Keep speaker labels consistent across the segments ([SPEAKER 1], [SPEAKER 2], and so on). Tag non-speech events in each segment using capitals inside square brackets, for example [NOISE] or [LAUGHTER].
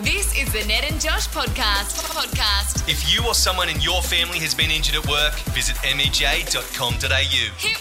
[SPEAKER 1] This is the Ned and Josh podcast. Podcast.
[SPEAKER 2] If you or someone in your family has been injured at work, visit E mej.com.au.
[SPEAKER 1] Hit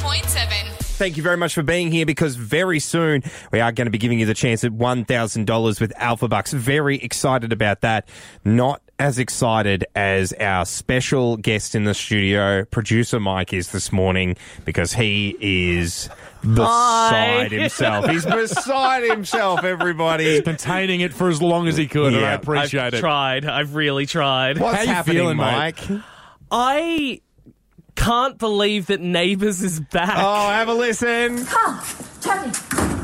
[SPEAKER 1] 104.7.
[SPEAKER 3] Thank you very much for being here because very soon we are going to be giving you the chance at $1,000 with Alpha Bucks. Very excited about that. Not as excited as our special guest in the studio, producer Mike, is this morning because he is beside himself. He's beside himself, everybody.
[SPEAKER 4] containing it for as long as he could, and
[SPEAKER 3] Yeah,
[SPEAKER 4] I appreciate
[SPEAKER 5] I've
[SPEAKER 4] it.
[SPEAKER 5] tried. I've really tried.
[SPEAKER 3] What's
[SPEAKER 4] How you
[SPEAKER 3] happening,
[SPEAKER 4] feeling, mate?
[SPEAKER 3] Mike?
[SPEAKER 5] I can't believe that Neighbours is back.
[SPEAKER 3] Oh, have a listen.
[SPEAKER 6] Ah, Tony,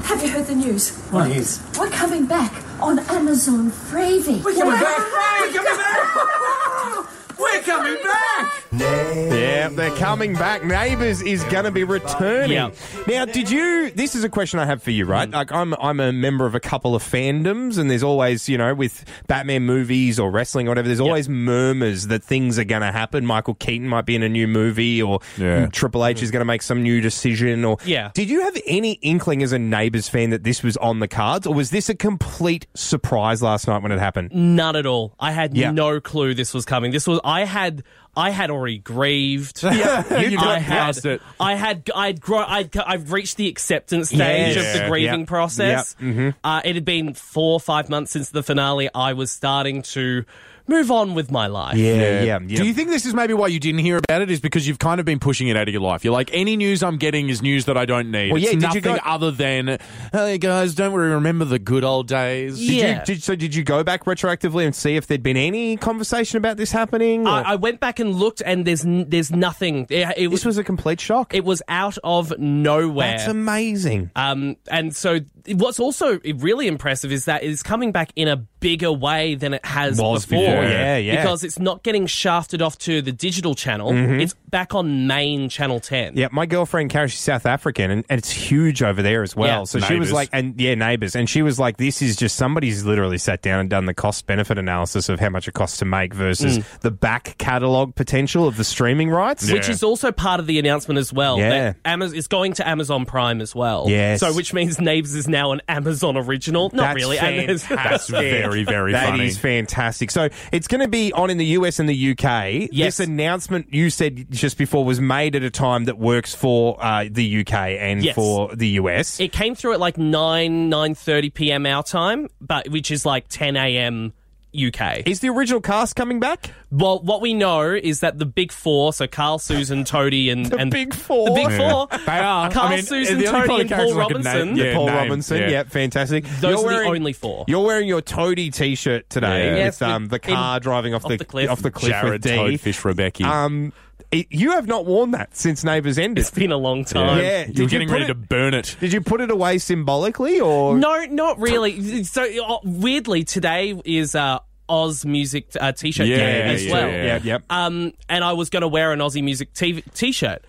[SPEAKER 6] have you heard the news? What news? We're coming back on Amazon Freevee. We're coming back! We're coming back! We're coming back!
[SPEAKER 3] Yeah, they're coming back. Neighbours is going to be returning.
[SPEAKER 5] Yeah. Mm.
[SPEAKER 3] Now, did you? This is a question I have for you, right? Like, I'm I'm a member of a couple of fandoms, and there's always, you know, with Batman movies or wrestling or whatever, there's always murmurs that things are going to happen. Michael Keaton might be in a new movie, or
[SPEAKER 4] Yeah.
[SPEAKER 3] Triple H is going to make some new decision. Or
[SPEAKER 5] Yeah.
[SPEAKER 3] did you have any inkling as a Neighbours fan that this was on the cards, or was this a complete surprise last night when it happened?
[SPEAKER 5] None at all. I had
[SPEAKER 3] Yeah.
[SPEAKER 5] no clue this was coming. This was I had I had already grieved. Yeah,
[SPEAKER 4] You'd
[SPEAKER 5] I
[SPEAKER 4] gotten
[SPEAKER 5] had,
[SPEAKER 4] past it.
[SPEAKER 5] I had I'd grow I'd, I've reached the acceptance stage
[SPEAKER 3] Yes.
[SPEAKER 5] of
[SPEAKER 3] Yeah.
[SPEAKER 5] the grieving
[SPEAKER 3] Yep.
[SPEAKER 5] process. Uh, it had been four or five months since the finale. I was starting to move on with my life.
[SPEAKER 3] yeah, yeah.
[SPEAKER 4] Do you think this is maybe why you didn't hear about it? Is because you've kind of been pushing it out of your life. You're like, any news I'm getting is news that I don't need.
[SPEAKER 3] Well, yeah,
[SPEAKER 4] it's
[SPEAKER 3] did you
[SPEAKER 4] nothing
[SPEAKER 3] go-
[SPEAKER 4] other than, hey guys, don't worry, remember the good old days.
[SPEAKER 5] Yeah.
[SPEAKER 3] Did you, did, so did you go back retroactively and see if there'd been any conversation about this happening? or-
[SPEAKER 5] I, I went back and looked, and there's n- there's nothing. It, it was
[SPEAKER 3] this was a complete shock.
[SPEAKER 5] it was out of nowhere.
[SPEAKER 3] That's amazing.
[SPEAKER 5] Um, and so what's also really impressive is that it's coming back in a bigger way than it has
[SPEAKER 3] Was
[SPEAKER 5] before.
[SPEAKER 3] before, yeah, yeah.
[SPEAKER 5] Because it's not getting shafted off to the digital channel. It's back on main channel 10.
[SPEAKER 3] Mm-hmm. yeah, my girlfriend Karen, she's South African, and, and it's huge over there as well.
[SPEAKER 5] Yeah.
[SPEAKER 3] so she was
[SPEAKER 4] Neighbours.
[SPEAKER 3] like, and yeah, neighbors, and she was like, this is just somebody's literally sat down and done the cost benefit analysis of how much it costs to make versus the back catalog potential of the streaming rights.
[SPEAKER 5] Mm. Which is also part of the announcement as well.
[SPEAKER 3] Yeah.
[SPEAKER 5] that Amaz- it's going to Amazon Prime as well.
[SPEAKER 3] Yes.
[SPEAKER 5] So, which means Neighbours is now an Amazon original. Not
[SPEAKER 3] That's
[SPEAKER 5] really.
[SPEAKER 3] Fantastic.
[SPEAKER 4] That's very, very
[SPEAKER 3] That
[SPEAKER 4] funny.
[SPEAKER 3] is fantastic. So it's going to be on in the US and the UK.
[SPEAKER 5] Yes.
[SPEAKER 3] This announcement you said just before was made at a time that works for uh, the UK and
[SPEAKER 5] Yes.
[SPEAKER 3] for the US.
[SPEAKER 5] [LAUGHS] It came through at like nine nine thirty p.m. our time, but which is like ten a.m. UK.
[SPEAKER 3] Is the original cast coming back?
[SPEAKER 5] Well, what we know is that the big four, so Carl, Susan, Toady, and the and
[SPEAKER 3] big four?
[SPEAKER 5] the big
[SPEAKER 3] Yeah.
[SPEAKER 5] four,
[SPEAKER 4] They are.
[SPEAKER 5] Carl,
[SPEAKER 4] I mean,
[SPEAKER 5] Susan,
[SPEAKER 4] the only
[SPEAKER 5] Toady,
[SPEAKER 4] kind of
[SPEAKER 5] and Paul
[SPEAKER 4] characters I could
[SPEAKER 5] Robinson.
[SPEAKER 4] name. Yeah,
[SPEAKER 3] Paul
[SPEAKER 4] name,
[SPEAKER 3] Robinson. Yeah.
[SPEAKER 4] yeah.
[SPEAKER 3] fantastic.
[SPEAKER 5] Those
[SPEAKER 3] You're
[SPEAKER 5] are
[SPEAKER 3] wearing-
[SPEAKER 5] the only four.
[SPEAKER 3] You're wearing your Toady T-shirt today
[SPEAKER 4] Yeah.
[SPEAKER 3] with
[SPEAKER 5] Yes,
[SPEAKER 3] um,
[SPEAKER 5] with-
[SPEAKER 3] the car
[SPEAKER 5] in-
[SPEAKER 3] driving off,
[SPEAKER 5] off
[SPEAKER 3] the,
[SPEAKER 5] the cliff.
[SPEAKER 3] off the cliff with
[SPEAKER 4] Jared,
[SPEAKER 3] D.
[SPEAKER 4] Toadfish, Rebecca.
[SPEAKER 3] Um, it- you have not worn that since Neighbours ended.
[SPEAKER 5] It's been a long time.
[SPEAKER 3] yeah,
[SPEAKER 4] You're
[SPEAKER 3] did you
[SPEAKER 4] Um, getting
[SPEAKER 3] put
[SPEAKER 4] ready
[SPEAKER 3] it-
[SPEAKER 4] to burn it.
[SPEAKER 3] Did you put it away symbolically or
[SPEAKER 5] No, not really. So uh, weirdly, today is uh, Oz Music uh, T-shirt
[SPEAKER 4] Yeah, Uh,
[SPEAKER 5] day as
[SPEAKER 4] yeah,
[SPEAKER 5] well.
[SPEAKER 4] yeah.
[SPEAKER 3] Yeah, yep.
[SPEAKER 5] Um, and I was going to wear an Aussie Music t- T-shirt,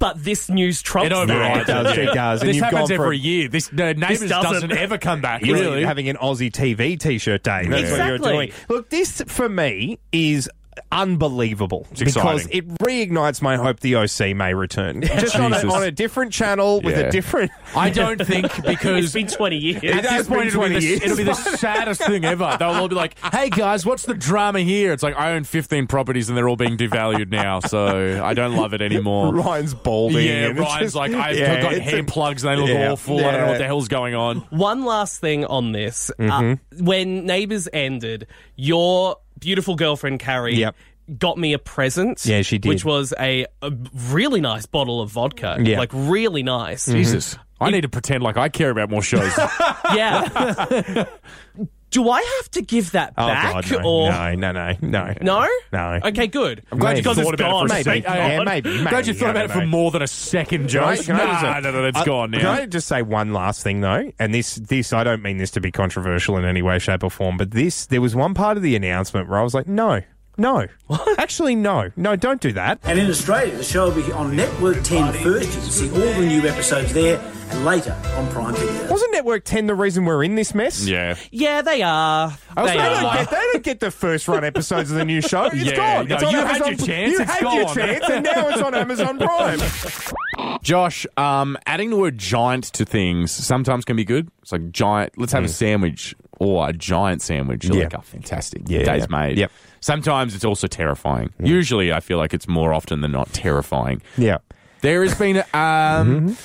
[SPEAKER 5] but this news trumps
[SPEAKER 4] It
[SPEAKER 5] that.
[SPEAKER 4] overrides
[SPEAKER 3] Oh, It does,
[SPEAKER 4] yeah.
[SPEAKER 3] it does, and
[SPEAKER 4] This
[SPEAKER 3] you've
[SPEAKER 4] happens
[SPEAKER 3] gone for-
[SPEAKER 4] every year. This no, Neighbours
[SPEAKER 5] doesn't.
[SPEAKER 4] doesn't ever come
[SPEAKER 3] [LAUGHS]
[SPEAKER 4] back.
[SPEAKER 3] You're
[SPEAKER 4] Really?
[SPEAKER 3] having an Aussie TV T-shirt day. That's what you're
[SPEAKER 5] Exactly.
[SPEAKER 3] doing. Look, this for me is unbelievable because
[SPEAKER 4] exciting.
[SPEAKER 3] it reignites my hope the OC may
[SPEAKER 4] [LAUGHS]
[SPEAKER 3] return. Just on a,
[SPEAKER 4] Jesus.
[SPEAKER 3] on a different channel with a
[SPEAKER 4] Yeah.
[SPEAKER 3] different. [LAUGHS]
[SPEAKER 4] I don't
[SPEAKER 5] [LAUGHS]
[SPEAKER 4] think
[SPEAKER 5] It's
[SPEAKER 4] because
[SPEAKER 5] been twenty years.
[SPEAKER 4] At
[SPEAKER 3] has
[SPEAKER 4] this
[SPEAKER 3] been
[SPEAKER 4] point, it'll be,
[SPEAKER 3] 20
[SPEAKER 4] the,
[SPEAKER 3] years.
[SPEAKER 4] it'll be
[SPEAKER 3] [LAUGHS]
[SPEAKER 4] the saddest thing ever. They'll all be like, "Hey guys, what's the drama here?" It's like I own 15 properties and they're all being devalued now, so I don't love it
[SPEAKER 3] [LAUGHS]
[SPEAKER 4] [LAUGHS] anymore.
[SPEAKER 3] Ryan's balding.
[SPEAKER 4] Yeah,
[SPEAKER 3] and it's
[SPEAKER 4] Ryan's
[SPEAKER 3] just- [LAUGHS]
[SPEAKER 4] like, I've
[SPEAKER 3] yeah,
[SPEAKER 4] got
[SPEAKER 3] it's
[SPEAKER 4] hair
[SPEAKER 3] a- Oh,
[SPEAKER 4] plugs and they look
[SPEAKER 3] yeah,
[SPEAKER 4] awful. I don't know
[SPEAKER 3] yeah.
[SPEAKER 4] what the hell's going on.
[SPEAKER 5] One last thing on this. Uh,
[SPEAKER 3] Mm-hmm.
[SPEAKER 5] when Neighbours ended, your beautiful girlfriend, Carrie,
[SPEAKER 3] Yep.
[SPEAKER 5] got me a present.
[SPEAKER 3] Yeah, she did.
[SPEAKER 5] Which was a, a really nice bottle of vodka.
[SPEAKER 3] Yeah. Mm-hmm.
[SPEAKER 5] Like, really nice.
[SPEAKER 4] Jesus, I need to pretend like I care about
[SPEAKER 3] [LAUGHS]
[SPEAKER 4] more shows.
[SPEAKER 5] [LAUGHS] Yeah. Do I have to give that
[SPEAKER 3] Oh
[SPEAKER 5] back?
[SPEAKER 3] God, no,
[SPEAKER 5] or
[SPEAKER 3] no, no, no, no,
[SPEAKER 5] No?
[SPEAKER 3] no.
[SPEAKER 5] Okay, good. I'm
[SPEAKER 3] glad you
[SPEAKER 5] because
[SPEAKER 3] thought
[SPEAKER 5] it's
[SPEAKER 4] about it for
[SPEAKER 5] gone.
[SPEAKER 4] a
[SPEAKER 3] Maybe,
[SPEAKER 4] second.
[SPEAKER 3] yeah,
[SPEAKER 4] God.
[SPEAKER 3] maybe. maybe. Uh,
[SPEAKER 4] Glad you thought
[SPEAKER 3] I
[SPEAKER 4] about
[SPEAKER 3] don't
[SPEAKER 4] it for
[SPEAKER 3] know.
[SPEAKER 4] more than a second, Josh.
[SPEAKER 3] Can I- can I
[SPEAKER 4] Nah,
[SPEAKER 3] just-
[SPEAKER 4] no, no, no, it's
[SPEAKER 3] I-
[SPEAKER 4] gone
[SPEAKER 3] Can
[SPEAKER 4] now.
[SPEAKER 3] I just say one last thing though? And this, this, I don't mean this to be controversial in any way, shape, or form, but this, there was one part of the announcement where I was like, no, No. Actually, no. No, don't do that.
[SPEAKER 7] And in Australia, the show will be on Network 10 first. You can see all the new episodes there and later on Prime Video.
[SPEAKER 3] Wasn't Network 10 the reason we're in this mess?
[SPEAKER 4] Yeah.
[SPEAKER 5] Yeah, they are.
[SPEAKER 3] They,
[SPEAKER 5] They
[SPEAKER 3] don't
[SPEAKER 5] are.
[SPEAKER 3] get, they don't get the first run episodes of the new show. It's
[SPEAKER 4] Yeah,
[SPEAKER 3] gone.
[SPEAKER 4] no,
[SPEAKER 3] It's on
[SPEAKER 4] you had
[SPEAKER 3] Amazon.
[SPEAKER 4] your chance.
[SPEAKER 3] You
[SPEAKER 4] It's
[SPEAKER 3] had your
[SPEAKER 4] gone.
[SPEAKER 3] chance, and now it's on Amazon
[SPEAKER 4] [LAUGHS]
[SPEAKER 3] Prime.
[SPEAKER 4] Josh, um, adding the word giant to things sometimes can be good. It's like giant. Let's have a sandwich or a giant sandwich. You're
[SPEAKER 3] Mm. Yeah.
[SPEAKER 4] like, oh, fantastic.
[SPEAKER 3] Yeah,
[SPEAKER 4] Day's
[SPEAKER 3] yeah.
[SPEAKER 4] made.
[SPEAKER 3] Yep.
[SPEAKER 4] Sometimes it's also terrifying. Usually, I feel like it's more often than not terrifying.
[SPEAKER 3] Yeah.
[SPEAKER 4] There has
[SPEAKER 3] [LAUGHS]
[SPEAKER 4] been a um,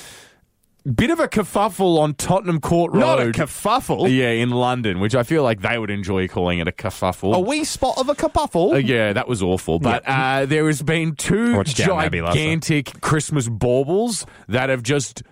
[SPEAKER 4] bit of a kerfuffle on Tottenham Court Road.
[SPEAKER 3] Mm-hmm. Not a kerfuffle.
[SPEAKER 4] yeah, in London, which I feel like they would enjoy calling it a kerfuffle.
[SPEAKER 3] A wee spot of a kerfuffle.
[SPEAKER 4] Uh, yeah, that was awful. But uh, there has been two
[SPEAKER 3] watched Downton Abbey last night.
[SPEAKER 4] gigantic Christmas baubles that have just.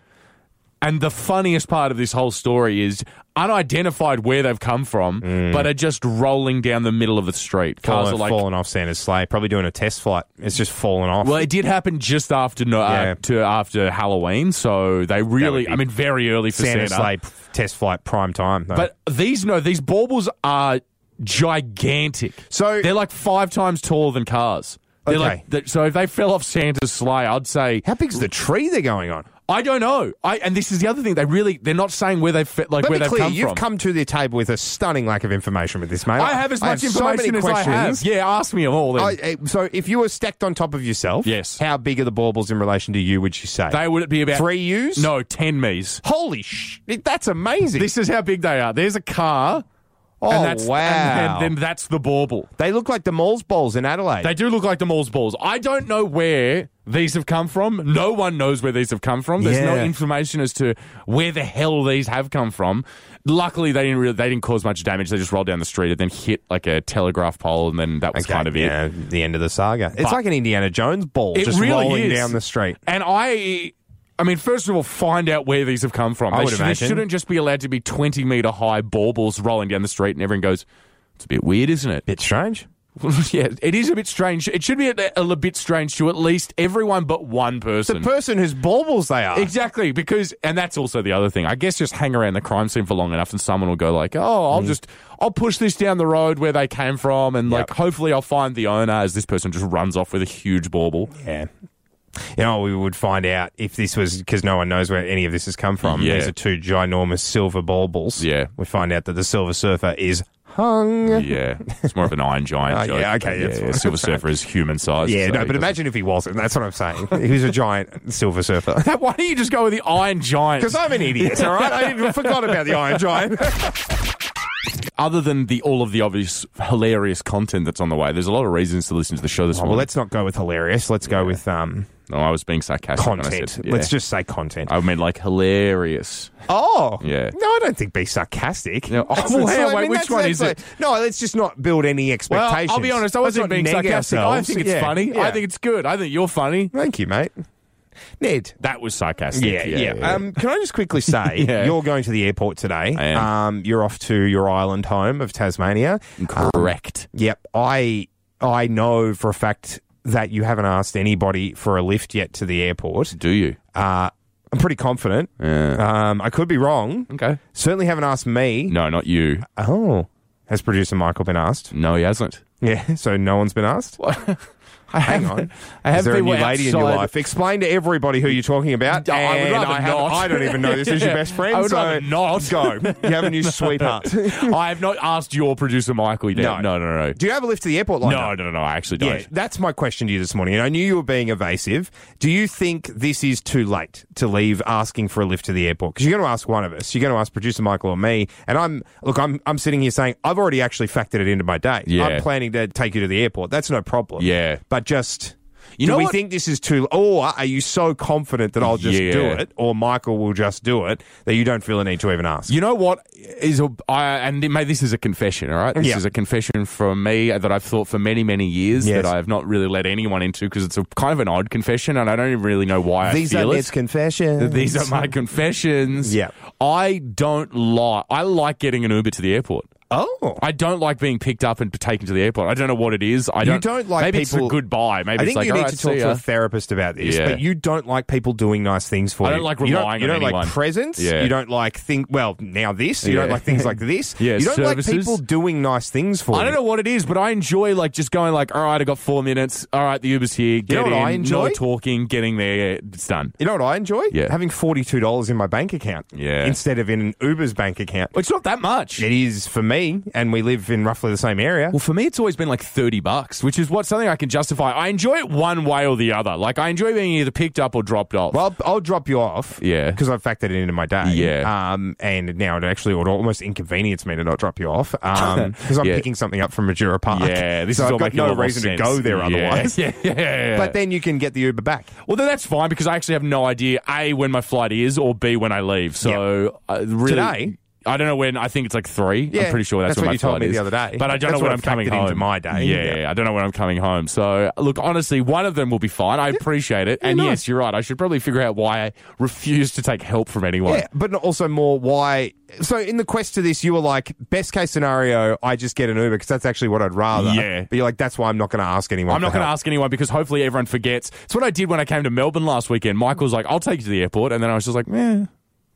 [SPEAKER 4] And the funniest part of this whole story is unidentified where they've come from, but are just rolling down the middle of the street.
[SPEAKER 3] Mm.
[SPEAKER 4] Cars
[SPEAKER 3] Fallen,
[SPEAKER 4] are like.
[SPEAKER 3] fallen off Santa's sleigh. Probably doing a test flight. It's just fallen off.
[SPEAKER 4] Well, it did happen just after no,
[SPEAKER 3] Yeah.
[SPEAKER 4] uh, to after Halloween, so they really,
[SPEAKER 3] be
[SPEAKER 4] I mean, very early for
[SPEAKER 3] Santa's
[SPEAKER 4] Santa.
[SPEAKER 3] sleigh p- test flight prime time. Though.
[SPEAKER 4] But these no, these baubles are gigantic.
[SPEAKER 3] So-
[SPEAKER 4] they're like five times taller than cars. They're
[SPEAKER 3] Okay.
[SPEAKER 4] like th- so if they fell off Santa's sleigh, I'd say
[SPEAKER 3] how big's the tree they're going on?
[SPEAKER 4] I don't know. I and this is the other thing they really they're not saying where they fit like
[SPEAKER 3] Let
[SPEAKER 4] where
[SPEAKER 3] me
[SPEAKER 4] they've
[SPEAKER 3] clear,
[SPEAKER 4] come
[SPEAKER 3] you've
[SPEAKER 4] from.
[SPEAKER 3] come to the table with a stunning lack of information with this, mate.
[SPEAKER 4] I have as much
[SPEAKER 3] so many
[SPEAKER 4] information as I have.
[SPEAKER 3] questions.
[SPEAKER 4] Yeah, ask me them all. Then.
[SPEAKER 3] I- eh, so if you were stacked on top of yourself,
[SPEAKER 4] Yes.
[SPEAKER 3] how big are the baubles in relation to you, would you say?
[SPEAKER 4] they would be about
[SPEAKER 3] Three U's?
[SPEAKER 4] No, ten me's.
[SPEAKER 3] Holy sh! That's amazing.
[SPEAKER 4] This is how big they are. There's a car.
[SPEAKER 3] oh,
[SPEAKER 4] and that's,
[SPEAKER 3] wow.
[SPEAKER 4] And then, then that's the bauble.
[SPEAKER 3] they look like the Malls Bowls in Adelaide.
[SPEAKER 4] They do look like the mall's balls. I don't know where these have come from. No one knows where these have come from. There's no
[SPEAKER 3] Yeah.
[SPEAKER 4] information as to where the hell these have come from. Luckily, they didn't really, they didn't cause much damage. They just rolled down the street and then hit like a telegraph pole, and then that was
[SPEAKER 3] Okay,
[SPEAKER 4] kind of it.
[SPEAKER 3] yeah, the end of the saga. It's
[SPEAKER 4] But-
[SPEAKER 3] like an Indiana Jones ball
[SPEAKER 4] It
[SPEAKER 3] just
[SPEAKER 4] really
[SPEAKER 3] rolling
[SPEAKER 4] is.
[SPEAKER 3] down the street.
[SPEAKER 4] And I. I mean, first of all, find out where these have come from.
[SPEAKER 3] I
[SPEAKER 4] they,
[SPEAKER 3] would
[SPEAKER 4] they
[SPEAKER 3] imagine.
[SPEAKER 4] shouldn't just be allowed to be 20 metre high baubles rolling down the street and everyone goes, it's a bit weird, isn't it?
[SPEAKER 3] Bit strange.
[SPEAKER 4] [LAUGHS] yeah, it is a bit strange. It should be a, a little bit strange to at least everyone but one
[SPEAKER 3] The
[SPEAKER 4] person.
[SPEAKER 3] person whose baubles they are.
[SPEAKER 4] Exactly, because and that's also the other thing. I guess just hang around the crime scene for long enough, and someone will go like, "Oh, I'll just I'll push this down the road where they came from, and like
[SPEAKER 3] Yep.
[SPEAKER 4] hopefully I'll find the owner." As this person just runs off with a huge bauble.
[SPEAKER 3] Yeah. You know, we would find out if this was because no one knows where any of this has come from.
[SPEAKER 4] Yeah.
[SPEAKER 3] These are two ginormous silver baubles.
[SPEAKER 4] Yeah.
[SPEAKER 3] We find out that the Silver Surfer is hung.
[SPEAKER 4] [LAUGHS] Yeah, it's more of an iron giant.
[SPEAKER 3] Oh,
[SPEAKER 4] joke,
[SPEAKER 3] yeah,
[SPEAKER 4] but
[SPEAKER 3] okay, that's
[SPEAKER 4] yeah,
[SPEAKER 3] fine.
[SPEAKER 4] Silver Surfer is human sized.
[SPEAKER 3] Yeah, no, but imagine if he wasn't. That's what I'm saying.
[SPEAKER 4] [LAUGHS]
[SPEAKER 3] He was a giant Silver Surfer.
[SPEAKER 4] why don't you just go with the iron giant?
[SPEAKER 3] Because I'm an idiot, all right? I even forgot about the Iron
[SPEAKER 4] [LAUGHS]
[SPEAKER 3] Giant.
[SPEAKER 4] other than the all of the obvious hilarious content that's on the way, there's a lot of reasons to listen to the show this
[SPEAKER 3] well,
[SPEAKER 4] morning.
[SPEAKER 3] let's not go with hilarious. Let's go with um,
[SPEAKER 4] no, I was being sarcastic. when I said-
[SPEAKER 3] content.
[SPEAKER 4] yeah.
[SPEAKER 3] Let's just say content.
[SPEAKER 4] I mean, like hilarious.
[SPEAKER 3] Oh,
[SPEAKER 4] Yeah.
[SPEAKER 3] No, I don't think be sarcastic. [LAUGHS]
[SPEAKER 4] No, oh,
[SPEAKER 3] That's-
[SPEAKER 4] well, hang on,
[SPEAKER 3] I
[SPEAKER 4] wait,
[SPEAKER 3] mean,
[SPEAKER 4] which
[SPEAKER 3] that's-
[SPEAKER 4] one
[SPEAKER 3] that's
[SPEAKER 4] is
[SPEAKER 3] like-
[SPEAKER 4] it?
[SPEAKER 3] No, let's just not build any
[SPEAKER 4] Well,
[SPEAKER 3] expectations.
[SPEAKER 4] I'll be honest, I
[SPEAKER 3] Let's
[SPEAKER 4] wasn't
[SPEAKER 3] not
[SPEAKER 4] being
[SPEAKER 3] neg
[SPEAKER 4] sarcastic. I
[SPEAKER 3] ourselves.
[SPEAKER 4] think it's
[SPEAKER 3] Yeah,
[SPEAKER 4] funny.
[SPEAKER 3] yeah.
[SPEAKER 4] I think it's good. I think you're funny.
[SPEAKER 3] Thank you, mate. Ned.
[SPEAKER 4] That was sarcastic.
[SPEAKER 3] Yeah, yeah. Um, can I just [LAUGHS] quickly say
[SPEAKER 4] Yeah.
[SPEAKER 3] you're going to the airport today?
[SPEAKER 4] I am.
[SPEAKER 3] Um, you're off to your island home of Tasmania.
[SPEAKER 4] Correct.
[SPEAKER 3] Yep. I I know for a fact that you haven't asked anybody for a lift yet to the airport.
[SPEAKER 4] Do you?
[SPEAKER 3] Uh, I'm pretty confident. Um, I could be wrong.
[SPEAKER 4] Okay.
[SPEAKER 3] Certainly haven't asked me.
[SPEAKER 4] No, not you.
[SPEAKER 3] Oh. Has producer Michael been asked?
[SPEAKER 4] No, he hasn't.
[SPEAKER 3] Yeah. [LAUGHS] So no one's been asked? Hang on.
[SPEAKER 4] [LAUGHS] I have
[SPEAKER 3] Is there a new
[SPEAKER 4] people
[SPEAKER 3] lady in your
[SPEAKER 4] outside-
[SPEAKER 3] life? Explain to everybody who you're talking about.
[SPEAKER 4] I would
[SPEAKER 3] and
[SPEAKER 4] rather
[SPEAKER 3] I have-
[SPEAKER 4] not.
[SPEAKER 3] I don't even know this is your
[SPEAKER 4] Yeah.
[SPEAKER 3] best friend.
[SPEAKER 4] [LAUGHS] I would
[SPEAKER 3] so
[SPEAKER 4] rather not.
[SPEAKER 3] Go. You have a
[SPEAKER 4] [LAUGHS]
[SPEAKER 3] new sweetheart.
[SPEAKER 4] I have not asked your producer Michael yet.
[SPEAKER 3] No.
[SPEAKER 4] no, no, no.
[SPEAKER 3] Do you have a lift to the airport line?
[SPEAKER 4] No, no, no, no. I actually don't.
[SPEAKER 3] Yeah, that's my question to you this morning. And I knew you were being evasive. Do you think this is too late to leave asking for a lift to the airport? Because you're going to ask one of us. You're going to ask producer Michael or me. And I'm look, I'm I'm sitting here saying I've already actually factored it into my day.
[SPEAKER 4] Yeah.
[SPEAKER 3] I'm planning to take you to the airport. That's no problem.
[SPEAKER 4] Yeah.
[SPEAKER 3] but just.
[SPEAKER 4] You
[SPEAKER 3] do
[SPEAKER 4] know
[SPEAKER 3] we
[SPEAKER 4] what-
[SPEAKER 3] think this is too, or are you so confident that I'll just do
[SPEAKER 4] Yeah.
[SPEAKER 3] it, or Michael will just do it, that you don't feel the need to even ask?
[SPEAKER 4] You know what is a I, and it may, this is a confession, all right? This
[SPEAKER 3] Yeah.
[SPEAKER 4] is a confession from me that I've thought for many, many years
[SPEAKER 3] Yes.
[SPEAKER 4] that I have not really let anyone into because it's a kind of an odd confession, and I don't even really know why
[SPEAKER 3] These
[SPEAKER 4] I
[SPEAKER 3] are
[SPEAKER 4] feel
[SPEAKER 3] Ned's
[SPEAKER 4] it.
[SPEAKER 3] confessions.
[SPEAKER 4] These are my confessions.
[SPEAKER 3] Yeah.
[SPEAKER 4] I don't lie. I like getting an Uber to the airport.
[SPEAKER 3] Oh.
[SPEAKER 4] I don't like being picked up and taken to the airport. I don't know what it is. I
[SPEAKER 3] You
[SPEAKER 4] don't,
[SPEAKER 3] don't like
[SPEAKER 4] maybe
[SPEAKER 3] people-
[SPEAKER 4] it's a goodbye. Maybe
[SPEAKER 3] I
[SPEAKER 4] it's
[SPEAKER 3] think
[SPEAKER 4] like
[SPEAKER 3] you
[SPEAKER 4] "All
[SPEAKER 3] need
[SPEAKER 4] right,
[SPEAKER 3] to talk
[SPEAKER 4] see
[SPEAKER 3] to
[SPEAKER 4] ya."
[SPEAKER 3] a therapist about this,
[SPEAKER 4] Yeah.
[SPEAKER 3] but you don't like people doing nice things for you.
[SPEAKER 4] I don't like
[SPEAKER 3] you
[SPEAKER 4] relying
[SPEAKER 3] you
[SPEAKER 4] on
[SPEAKER 3] don't like
[SPEAKER 4] anyone.
[SPEAKER 3] presents.
[SPEAKER 4] Yeah.
[SPEAKER 3] You don't like think. Well, now this. You don't
[SPEAKER 4] Yeah.
[SPEAKER 3] like things
[SPEAKER 4] [LAUGHS]
[SPEAKER 3] like this.
[SPEAKER 4] Yeah,
[SPEAKER 3] you don't like
[SPEAKER 4] services.
[SPEAKER 3] people doing nice things for you.
[SPEAKER 4] I don't know what it is, but I enjoy like just going like, all right, I got four minutes. All right, the Uber's here. Get
[SPEAKER 3] know what
[SPEAKER 4] in.
[SPEAKER 3] I enjoy?
[SPEAKER 4] No talking. Getting there. It's done.
[SPEAKER 3] You know what I enjoy?
[SPEAKER 4] Yeah.
[SPEAKER 3] having forty two dollars in my bank account.
[SPEAKER 4] Yeah.
[SPEAKER 3] instead of in an Uber's bank account.
[SPEAKER 4] It's not that much.
[SPEAKER 3] It is for me, and we live in roughly the same area.
[SPEAKER 4] Well, for me, it's always been like 30 bucks, which is what something I can justify. I enjoy it one way or the other. Like, I enjoy being either picked up or dropped off.
[SPEAKER 3] Well, I'll, I'll drop you off.
[SPEAKER 4] Yeah.
[SPEAKER 3] Because I've factored it into my day.
[SPEAKER 4] Yeah.
[SPEAKER 3] Um, and now it actually would almost inconvenience me to not drop you
[SPEAKER 4] [LAUGHS]
[SPEAKER 3] off. Um, because I'm
[SPEAKER 4] Yeah.
[SPEAKER 3] picking something up from Majura Park.
[SPEAKER 4] yeah, this
[SPEAKER 3] so
[SPEAKER 4] is
[SPEAKER 3] I've
[SPEAKER 4] all
[SPEAKER 3] got
[SPEAKER 4] making a
[SPEAKER 3] no
[SPEAKER 4] lot more
[SPEAKER 3] reason
[SPEAKER 4] sense.
[SPEAKER 3] to go there
[SPEAKER 4] Yeah,
[SPEAKER 3] otherwise.
[SPEAKER 4] [LAUGHS] Yeah, yeah, yeah.
[SPEAKER 3] But then you can get the Uber back.
[SPEAKER 4] well, then that's fine because I actually have no idea A, when my flight is or B, when I leave. So, uh, really.
[SPEAKER 3] Today?
[SPEAKER 4] I don't know when. I think it's like three.
[SPEAKER 3] Yeah,
[SPEAKER 4] I'm pretty sure that's,
[SPEAKER 3] that's
[SPEAKER 4] when
[SPEAKER 3] what
[SPEAKER 4] my
[SPEAKER 3] you told
[SPEAKER 4] flight
[SPEAKER 3] me the
[SPEAKER 4] is.
[SPEAKER 3] other day.
[SPEAKER 4] But I don't
[SPEAKER 3] That's
[SPEAKER 4] know when
[SPEAKER 3] what
[SPEAKER 4] I'm
[SPEAKER 3] I
[SPEAKER 4] coming
[SPEAKER 3] factored
[SPEAKER 4] home.
[SPEAKER 3] into my day.
[SPEAKER 4] Yeah,
[SPEAKER 3] Yeah.
[SPEAKER 4] I don't know when I'm coming home. So look, honestly, one of them will be fine. I appreciate it. and yes, you're right. I should probably figure out why I refuse to take help from anyone.
[SPEAKER 3] Yeah, but not- also more why. So in the quest to this, you were like, best case scenario, I just get an Uber because that's actually what I'd rather.
[SPEAKER 4] Yeah.
[SPEAKER 3] But you're like, that's why I'm not going to ask anyone.
[SPEAKER 4] I'm not
[SPEAKER 3] going
[SPEAKER 4] going to ask anyone because hopefully everyone forgets. It's what I did when I came to Melbourne last weekend. Michael was like, I'll take you to the airport. And then I was just like, eh,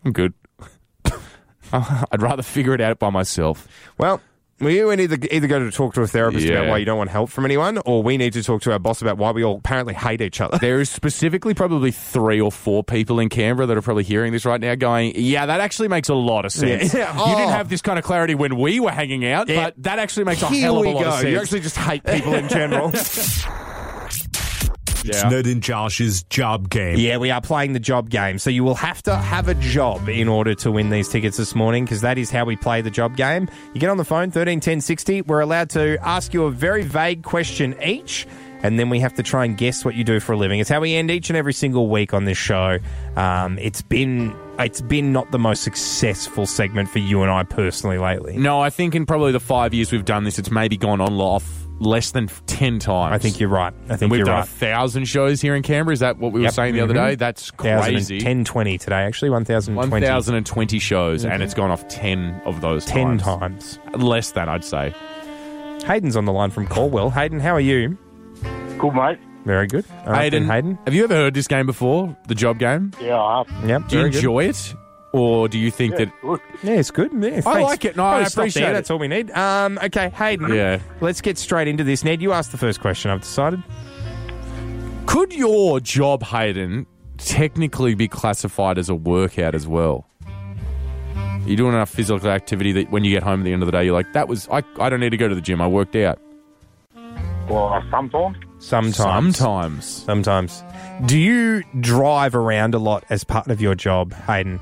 [SPEAKER 4] I'm good. [LAUGHS] I'd rather figure it out by myself.
[SPEAKER 3] Well, we either either go to talk to a therapist
[SPEAKER 4] Yeah.
[SPEAKER 3] about why you don't want help from anyone, or we need to talk to our boss about why we all apparently hate each other.
[SPEAKER 4] There is specifically probably three or four people in Canberra that are probably hearing this right now going, yeah, that actually makes a lot of sense.
[SPEAKER 3] Yeah. Yeah.
[SPEAKER 4] You didn't
[SPEAKER 3] Oh.
[SPEAKER 4] have this kind of clarity when we were hanging out,
[SPEAKER 3] Yeah.
[SPEAKER 4] but that actually makes a
[SPEAKER 3] Here
[SPEAKER 4] hell of
[SPEAKER 3] we
[SPEAKER 4] a lot
[SPEAKER 3] go.
[SPEAKER 4] of sense.
[SPEAKER 3] You actually just hate people in general.
[SPEAKER 4] Yeah.
[SPEAKER 8] Ned and Josh's job game.
[SPEAKER 3] yeah, we are playing the job game. So you will have to have a job in order to win these tickets this morning because that is how we play the job game. You get on the phone, 13 10 60. We're allowed to ask you a very vague question each. And then we have to try and guess what you do for a living. It's how we end each and every single week on this show. Um, it's been it's been not the most successful segment for you and I personally lately.
[SPEAKER 4] [LAUGHS] No, I think in probably the five years we've done this, it's maybe gone on off less than 10 times.
[SPEAKER 3] I think you're right. I think
[SPEAKER 4] We've
[SPEAKER 3] you're
[SPEAKER 4] done
[SPEAKER 3] right.
[SPEAKER 4] a thousand shows here in Canberra. Is that what we were
[SPEAKER 3] Yep.
[SPEAKER 4] saying the other
[SPEAKER 3] Mhm.
[SPEAKER 4] day? That's crazy.
[SPEAKER 3] 1020 today, actually. 1020.
[SPEAKER 4] 1,020 shows, and it's gone off 10 of those
[SPEAKER 3] 10
[SPEAKER 4] times.
[SPEAKER 3] Mm-hmm. times.
[SPEAKER 4] Less than, I'd say.
[SPEAKER 3] Hayden's on the line from Corwell. Hayden, how are you?
[SPEAKER 9] Good mate.
[SPEAKER 3] Very good. All right, then, Hayden.
[SPEAKER 4] have you ever heard this game before? The job game?
[SPEAKER 9] Yeah, I have.
[SPEAKER 3] Yep.
[SPEAKER 4] Do you
[SPEAKER 3] very good.
[SPEAKER 4] enjoy it? Or do you think that.
[SPEAKER 9] Look,
[SPEAKER 3] Yeah, it's good. Yeah, thanks.
[SPEAKER 4] like it. No, I
[SPEAKER 3] just stop
[SPEAKER 4] appreciate
[SPEAKER 3] there.
[SPEAKER 4] it.
[SPEAKER 3] That's all we need. Um, okay, Hayden.
[SPEAKER 4] Yeah.
[SPEAKER 3] Let's get straight into this. Ned, you asked the first question. I've decided.
[SPEAKER 4] Could your job, Hayden, technically be classified as a workout as well? You're doing enough physical activity that when you get home at the end of the day, you're like, that was. I, I don't need to go to the gym. I worked out.
[SPEAKER 9] well, sometimes.
[SPEAKER 3] Sometimes.
[SPEAKER 4] Sometimes.
[SPEAKER 3] Sometimes. Do you drive around a lot as part of your job, Hayden?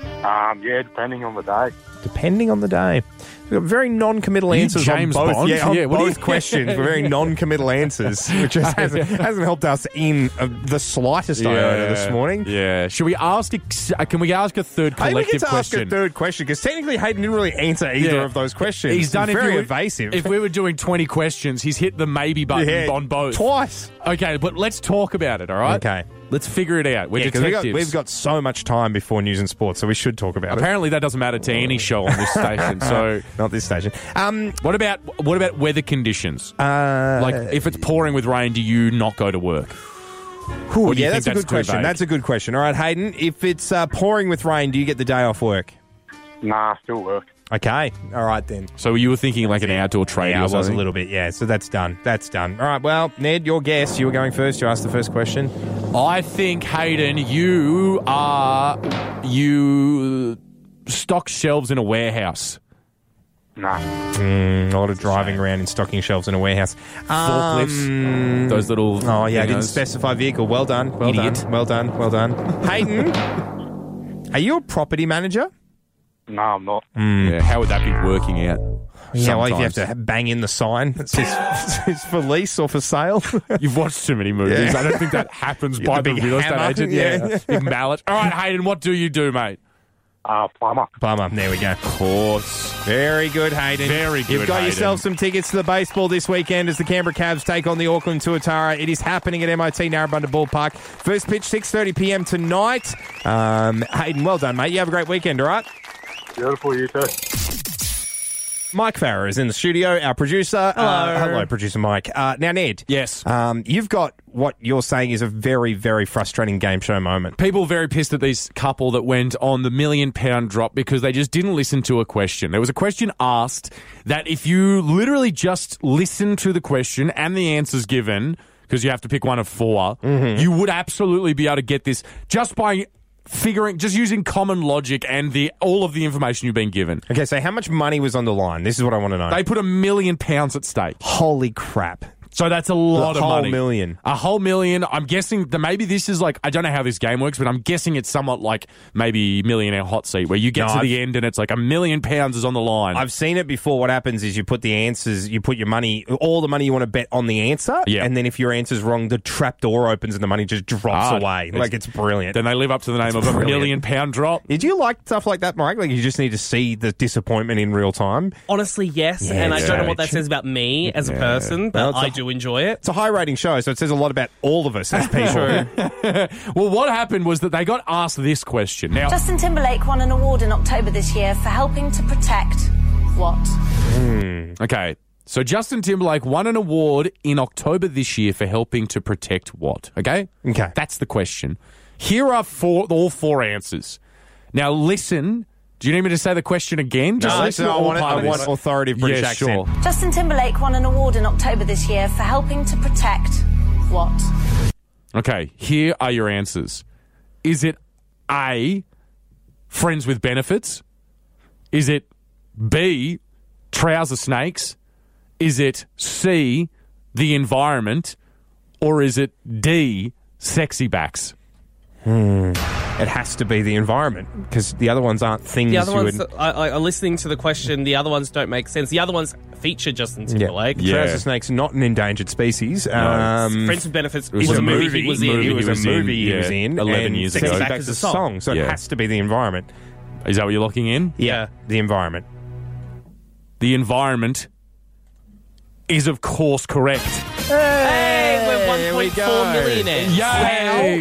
[SPEAKER 9] Um, yeah, depending on the day.
[SPEAKER 3] depending on the day. We've got very non-committal
[SPEAKER 4] Are you
[SPEAKER 3] answers
[SPEAKER 4] James
[SPEAKER 3] on both,
[SPEAKER 4] Bond?
[SPEAKER 3] Yeah, on
[SPEAKER 4] Yeah, what are
[SPEAKER 3] both
[SPEAKER 4] you-
[SPEAKER 3] questions. We're
[SPEAKER 4] [LAUGHS]
[SPEAKER 3] very non-committal answers, which just hasn't, hasn't helped us in uh, the slightest iota this morning.
[SPEAKER 4] Yeah. Should we ask? A, uh, can we ask a third
[SPEAKER 3] I think we
[SPEAKER 4] collective
[SPEAKER 3] get to
[SPEAKER 4] question?
[SPEAKER 3] ask a third question because technically Hayden didn't really answer either
[SPEAKER 4] Yeah.
[SPEAKER 3] of those questions.
[SPEAKER 4] He's done. if
[SPEAKER 3] very
[SPEAKER 4] you were-
[SPEAKER 3] evasive.
[SPEAKER 4] If we were doing twenty questions, he's hit the maybe button
[SPEAKER 3] Yeah,
[SPEAKER 4] on both.
[SPEAKER 3] twice.
[SPEAKER 4] Okay, but let's talk about it. All right.
[SPEAKER 3] Okay.
[SPEAKER 4] Let's figure it out. We're
[SPEAKER 3] Yeah, 'cause we
[SPEAKER 4] detectives.
[SPEAKER 3] got, we've got so much time before news and sports, so we should talk about
[SPEAKER 4] Apparently, that doesn't matter to any show on this station. So,
[SPEAKER 3] it. Not this station. Um,
[SPEAKER 4] what about what about weather conditions?
[SPEAKER 3] uh,
[SPEAKER 4] like, if it's pouring with rain, do you not go to work?
[SPEAKER 3] Ooh,
[SPEAKER 4] Or do you
[SPEAKER 3] yeah,
[SPEAKER 4] think
[SPEAKER 3] that's a
[SPEAKER 4] that's
[SPEAKER 3] good
[SPEAKER 4] too
[SPEAKER 3] question.
[SPEAKER 4] vague?
[SPEAKER 3] That's a good question. All right, Hayden, if it's uh, pouring with rain, do you get the day off work?
[SPEAKER 9] Nah, still work.
[SPEAKER 3] Okay. All right, then.
[SPEAKER 4] So you were thinking like an outdoor trade
[SPEAKER 3] Yeah, I
[SPEAKER 4] or
[SPEAKER 3] was
[SPEAKER 4] something.
[SPEAKER 3] a little bit, yeah. So that's done. That's done. All right, well, Ned, your guess. You were going first. You asked the first question.
[SPEAKER 4] I think Hayden, you are you stock shelves in a warehouse.
[SPEAKER 9] Nah.
[SPEAKER 3] Mm, a lot of driving around in stocking shelves in a warehouse. Uh,
[SPEAKER 4] Forklifts, those little.
[SPEAKER 3] Oh, yeah, I didn't
[SPEAKER 4] thingos.
[SPEAKER 3] specify vehicle. Well done. Well
[SPEAKER 4] Idiot.
[SPEAKER 3] done. Well done. Well done. [LAUGHS] Hayden, are you a property manager?
[SPEAKER 9] Nah, I'm not.
[SPEAKER 4] Yeah, Mm. how would that be working out?
[SPEAKER 3] Yeah, well, if you have
[SPEAKER 4] Sometimes.
[SPEAKER 3] to bang in the sign that says [LAUGHS] it's for lease or for sale.
[SPEAKER 4] You've watched too many
[SPEAKER 3] [LAUGHS]
[SPEAKER 4] movies.
[SPEAKER 3] Yeah.
[SPEAKER 4] I don't think that happens
[SPEAKER 3] You're
[SPEAKER 4] by
[SPEAKER 3] the
[SPEAKER 4] the
[SPEAKER 3] big
[SPEAKER 4] real estate
[SPEAKER 3] hammer. [LAUGHS]
[SPEAKER 4] agent.
[SPEAKER 3] Yeah.
[SPEAKER 4] Yeah, big mallet. All right, Hayden, what do you do, mate?
[SPEAKER 9] Uh, plumber.
[SPEAKER 3] Bummer. There we go.
[SPEAKER 4] Course.
[SPEAKER 3] Very good, Hayden.
[SPEAKER 4] Very good,
[SPEAKER 3] You've got
[SPEAKER 4] Hayden.
[SPEAKER 3] yourself some tickets to the baseball this weekend as the Canberra Cavs take on the Auckland Tuatara. It is happening at MIT Narrabunda Ballpark. First pitch, 6.30 p.m. tonight. Um, Hayden, well done, mate. You have a great weekend, all right?
[SPEAKER 9] Beautiful, you too.
[SPEAKER 3] Mike Farah is in the studio, our producer. Hello, uh, hello, producer Mike. Uh, now, Ned.
[SPEAKER 4] Yes.
[SPEAKER 3] Um, you've got what you're saying is a very, very frustrating game show moment.
[SPEAKER 4] People very pissed at this couple that went on the million pound drop because they just didn't listen to a question. There was a question asked that if you literally just listen to the question and the answers given, because you have to pick one of 4 you would absolutely be able to get this just by figuring, just using common logic and the all of the information you've been given.
[SPEAKER 3] Okay, so how much money was on the line? This is what I want to know.
[SPEAKER 4] They put a million pounds at stake.
[SPEAKER 3] Holy crap.
[SPEAKER 4] So that's a lot
[SPEAKER 3] The
[SPEAKER 4] of
[SPEAKER 3] whole
[SPEAKER 4] money.
[SPEAKER 3] million.
[SPEAKER 4] A whole million. I'm guessing that maybe this is like I don't know how this game works, but I'm guessing it's somewhat like maybe millionaire hot seat where you
[SPEAKER 3] No,
[SPEAKER 4] get to
[SPEAKER 3] I've-
[SPEAKER 4] the end and it's like a million pounds is on the line.
[SPEAKER 3] I've seen it before. What happens is you put the answers, you put your money, all the money you want to bet on the answer.
[SPEAKER 4] Yeah.
[SPEAKER 3] And then if your answer's wrong, the trap door opens and the money just
[SPEAKER 5] Ah,
[SPEAKER 3] drops
[SPEAKER 4] Hard.
[SPEAKER 3] away.
[SPEAKER 4] It's-
[SPEAKER 3] like, it's brilliant.
[SPEAKER 4] then they live up to the name of a
[SPEAKER 3] brilliant.
[SPEAKER 4] million pound drop.
[SPEAKER 3] Did you like stuff like that, Mike? Like, you just need to see the disappointment in real time.
[SPEAKER 5] Honestly, yes,
[SPEAKER 3] Yeah,
[SPEAKER 5] and I don't know
[SPEAKER 3] yeah.
[SPEAKER 5] what that says about me as a
[SPEAKER 4] Yeah.
[SPEAKER 5] person,
[SPEAKER 3] Well,
[SPEAKER 5] but
[SPEAKER 3] it's a-
[SPEAKER 5] I do enjoy it.
[SPEAKER 3] It's a high rating show, so it says a lot about all of us as
[SPEAKER 5] [LAUGHS]
[SPEAKER 3] people.
[SPEAKER 4] [LAUGHS] Well, what happened was that they got asked this question. Now,
[SPEAKER 10] Justin Timberlake won an award in October this year for helping to protect what?
[SPEAKER 4] okay. So Justin Timberlake won an award in October this year for helping to protect what? Okay?
[SPEAKER 3] Okay.
[SPEAKER 4] That's the question. Here are four all four answers. Now listen. Do you need me to say the question again?
[SPEAKER 3] No,
[SPEAKER 4] listen
[SPEAKER 3] no,
[SPEAKER 4] to
[SPEAKER 3] I
[SPEAKER 4] all
[SPEAKER 3] want it- I
[SPEAKER 4] part of
[SPEAKER 3] want
[SPEAKER 4] this.
[SPEAKER 3] authoritative British
[SPEAKER 4] yeah,
[SPEAKER 3] accent.
[SPEAKER 4] Sure.
[SPEAKER 10] Justin Timberlake won an award in October this year for helping to protect what?
[SPEAKER 4] Okay, here are your answers. Is it A, friends with benefits? Is it B, trouser snakes? Is it C, the environment? Or is it D, sexy backs?
[SPEAKER 3] It has to be the environment because the other ones aren't things
[SPEAKER 5] The other
[SPEAKER 3] you
[SPEAKER 5] ones
[SPEAKER 3] would.
[SPEAKER 5] that I, I, are listening to the question. The other ones don't make sense. The other ones feature Justin Timberlake.
[SPEAKER 4] Yeah.
[SPEAKER 3] Trouser snake's not an endangered species. Um,
[SPEAKER 5] Friends with Benefits was, a movie. he was in.
[SPEAKER 4] movie
[SPEAKER 3] It
[SPEAKER 4] he
[SPEAKER 3] was,
[SPEAKER 4] was
[SPEAKER 3] a
[SPEAKER 4] in,
[SPEAKER 3] movie he
[SPEAKER 4] yeah,
[SPEAKER 3] was in.
[SPEAKER 4] 11
[SPEAKER 3] and
[SPEAKER 4] years
[SPEAKER 3] Sexy
[SPEAKER 4] ago.
[SPEAKER 3] Back is a song, so it
[SPEAKER 4] Yeah.
[SPEAKER 3] has to be the environment.
[SPEAKER 4] Is that what you're locking in?
[SPEAKER 5] Yeah.
[SPEAKER 3] The environment.
[SPEAKER 4] The environment is, of course, correct.
[SPEAKER 5] Hey, we're 1.4 millionaires.
[SPEAKER 4] Yay!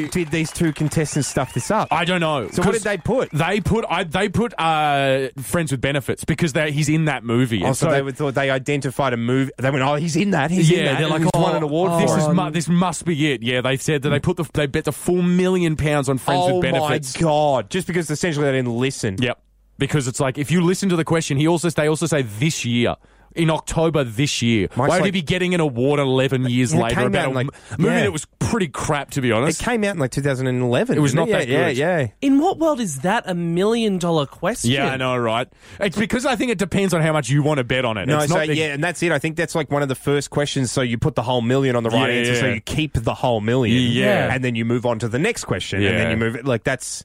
[SPEAKER 3] How did these two contestants stuff this up?
[SPEAKER 4] I don't know.
[SPEAKER 3] So what
[SPEAKER 4] 'Cause
[SPEAKER 3] did they put?
[SPEAKER 4] They put I, they put uh, friends with benefits because they, he's in that movie.
[SPEAKER 3] Oh,
[SPEAKER 4] And
[SPEAKER 3] so, they would, thought they identified a movie. They went, oh, he's in that. He's in
[SPEAKER 4] yeah,
[SPEAKER 3] that.
[SPEAKER 4] they're
[SPEAKER 3] and
[SPEAKER 4] like,
[SPEAKER 3] he's
[SPEAKER 4] oh,
[SPEAKER 3] won an award.
[SPEAKER 4] this
[SPEAKER 3] for
[SPEAKER 4] is
[SPEAKER 3] it."
[SPEAKER 4] mu- this must be it. Yeah, they said that they put the they bet the full million pounds on friends
[SPEAKER 3] Oh
[SPEAKER 4] with
[SPEAKER 3] my
[SPEAKER 4] benefits.
[SPEAKER 3] god! Just because essentially they didn't listen.
[SPEAKER 4] Yep, because it's like if you listen to the question, he also they also say this year. In October this year,
[SPEAKER 3] Mike's
[SPEAKER 4] why would he
[SPEAKER 3] like-
[SPEAKER 4] be getting an award eleven years
[SPEAKER 3] Yeah, it
[SPEAKER 4] later
[SPEAKER 3] came
[SPEAKER 4] about
[SPEAKER 3] out
[SPEAKER 4] a
[SPEAKER 3] like-
[SPEAKER 4] m- movie
[SPEAKER 3] yeah.
[SPEAKER 4] that was pretty crap, to be
[SPEAKER 3] It
[SPEAKER 4] honest?
[SPEAKER 3] came out in like 2011.
[SPEAKER 4] It was
[SPEAKER 3] didn't
[SPEAKER 4] not
[SPEAKER 3] it?
[SPEAKER 4] that
[SPEAKER 3] yeah,
[SPEAKER 4] good.
[SPEAKER 3] Yeah, yeah.
[SPEAKER 5] In what world is that a million dollar question?
[SPEAKER 4] yeah, I know, right? It's because I think it depends on how much you want to bet on it.
[SPEAKER 3] No,
[SPEAKER 4] it's
[SPEAKER 3] so
[SPEAKER 4] not the-
[SPEAKER 3] yeah, and that's it. I think that's like one of the first questions. So you put the whole million on the right
[SPEAKER 4] Yeah,
[SPEAKER 3] answer, so
[SPEAKER 4] yeah.
[SPEAKER 3] you keep the whole million,
[SPEAKER 4] Yeah.
[SPEAKER 3] and then you move on to the next question, and then
[SPEAKER 4] Yeah. Hmm.
[SPEAKER 3] you move it like that's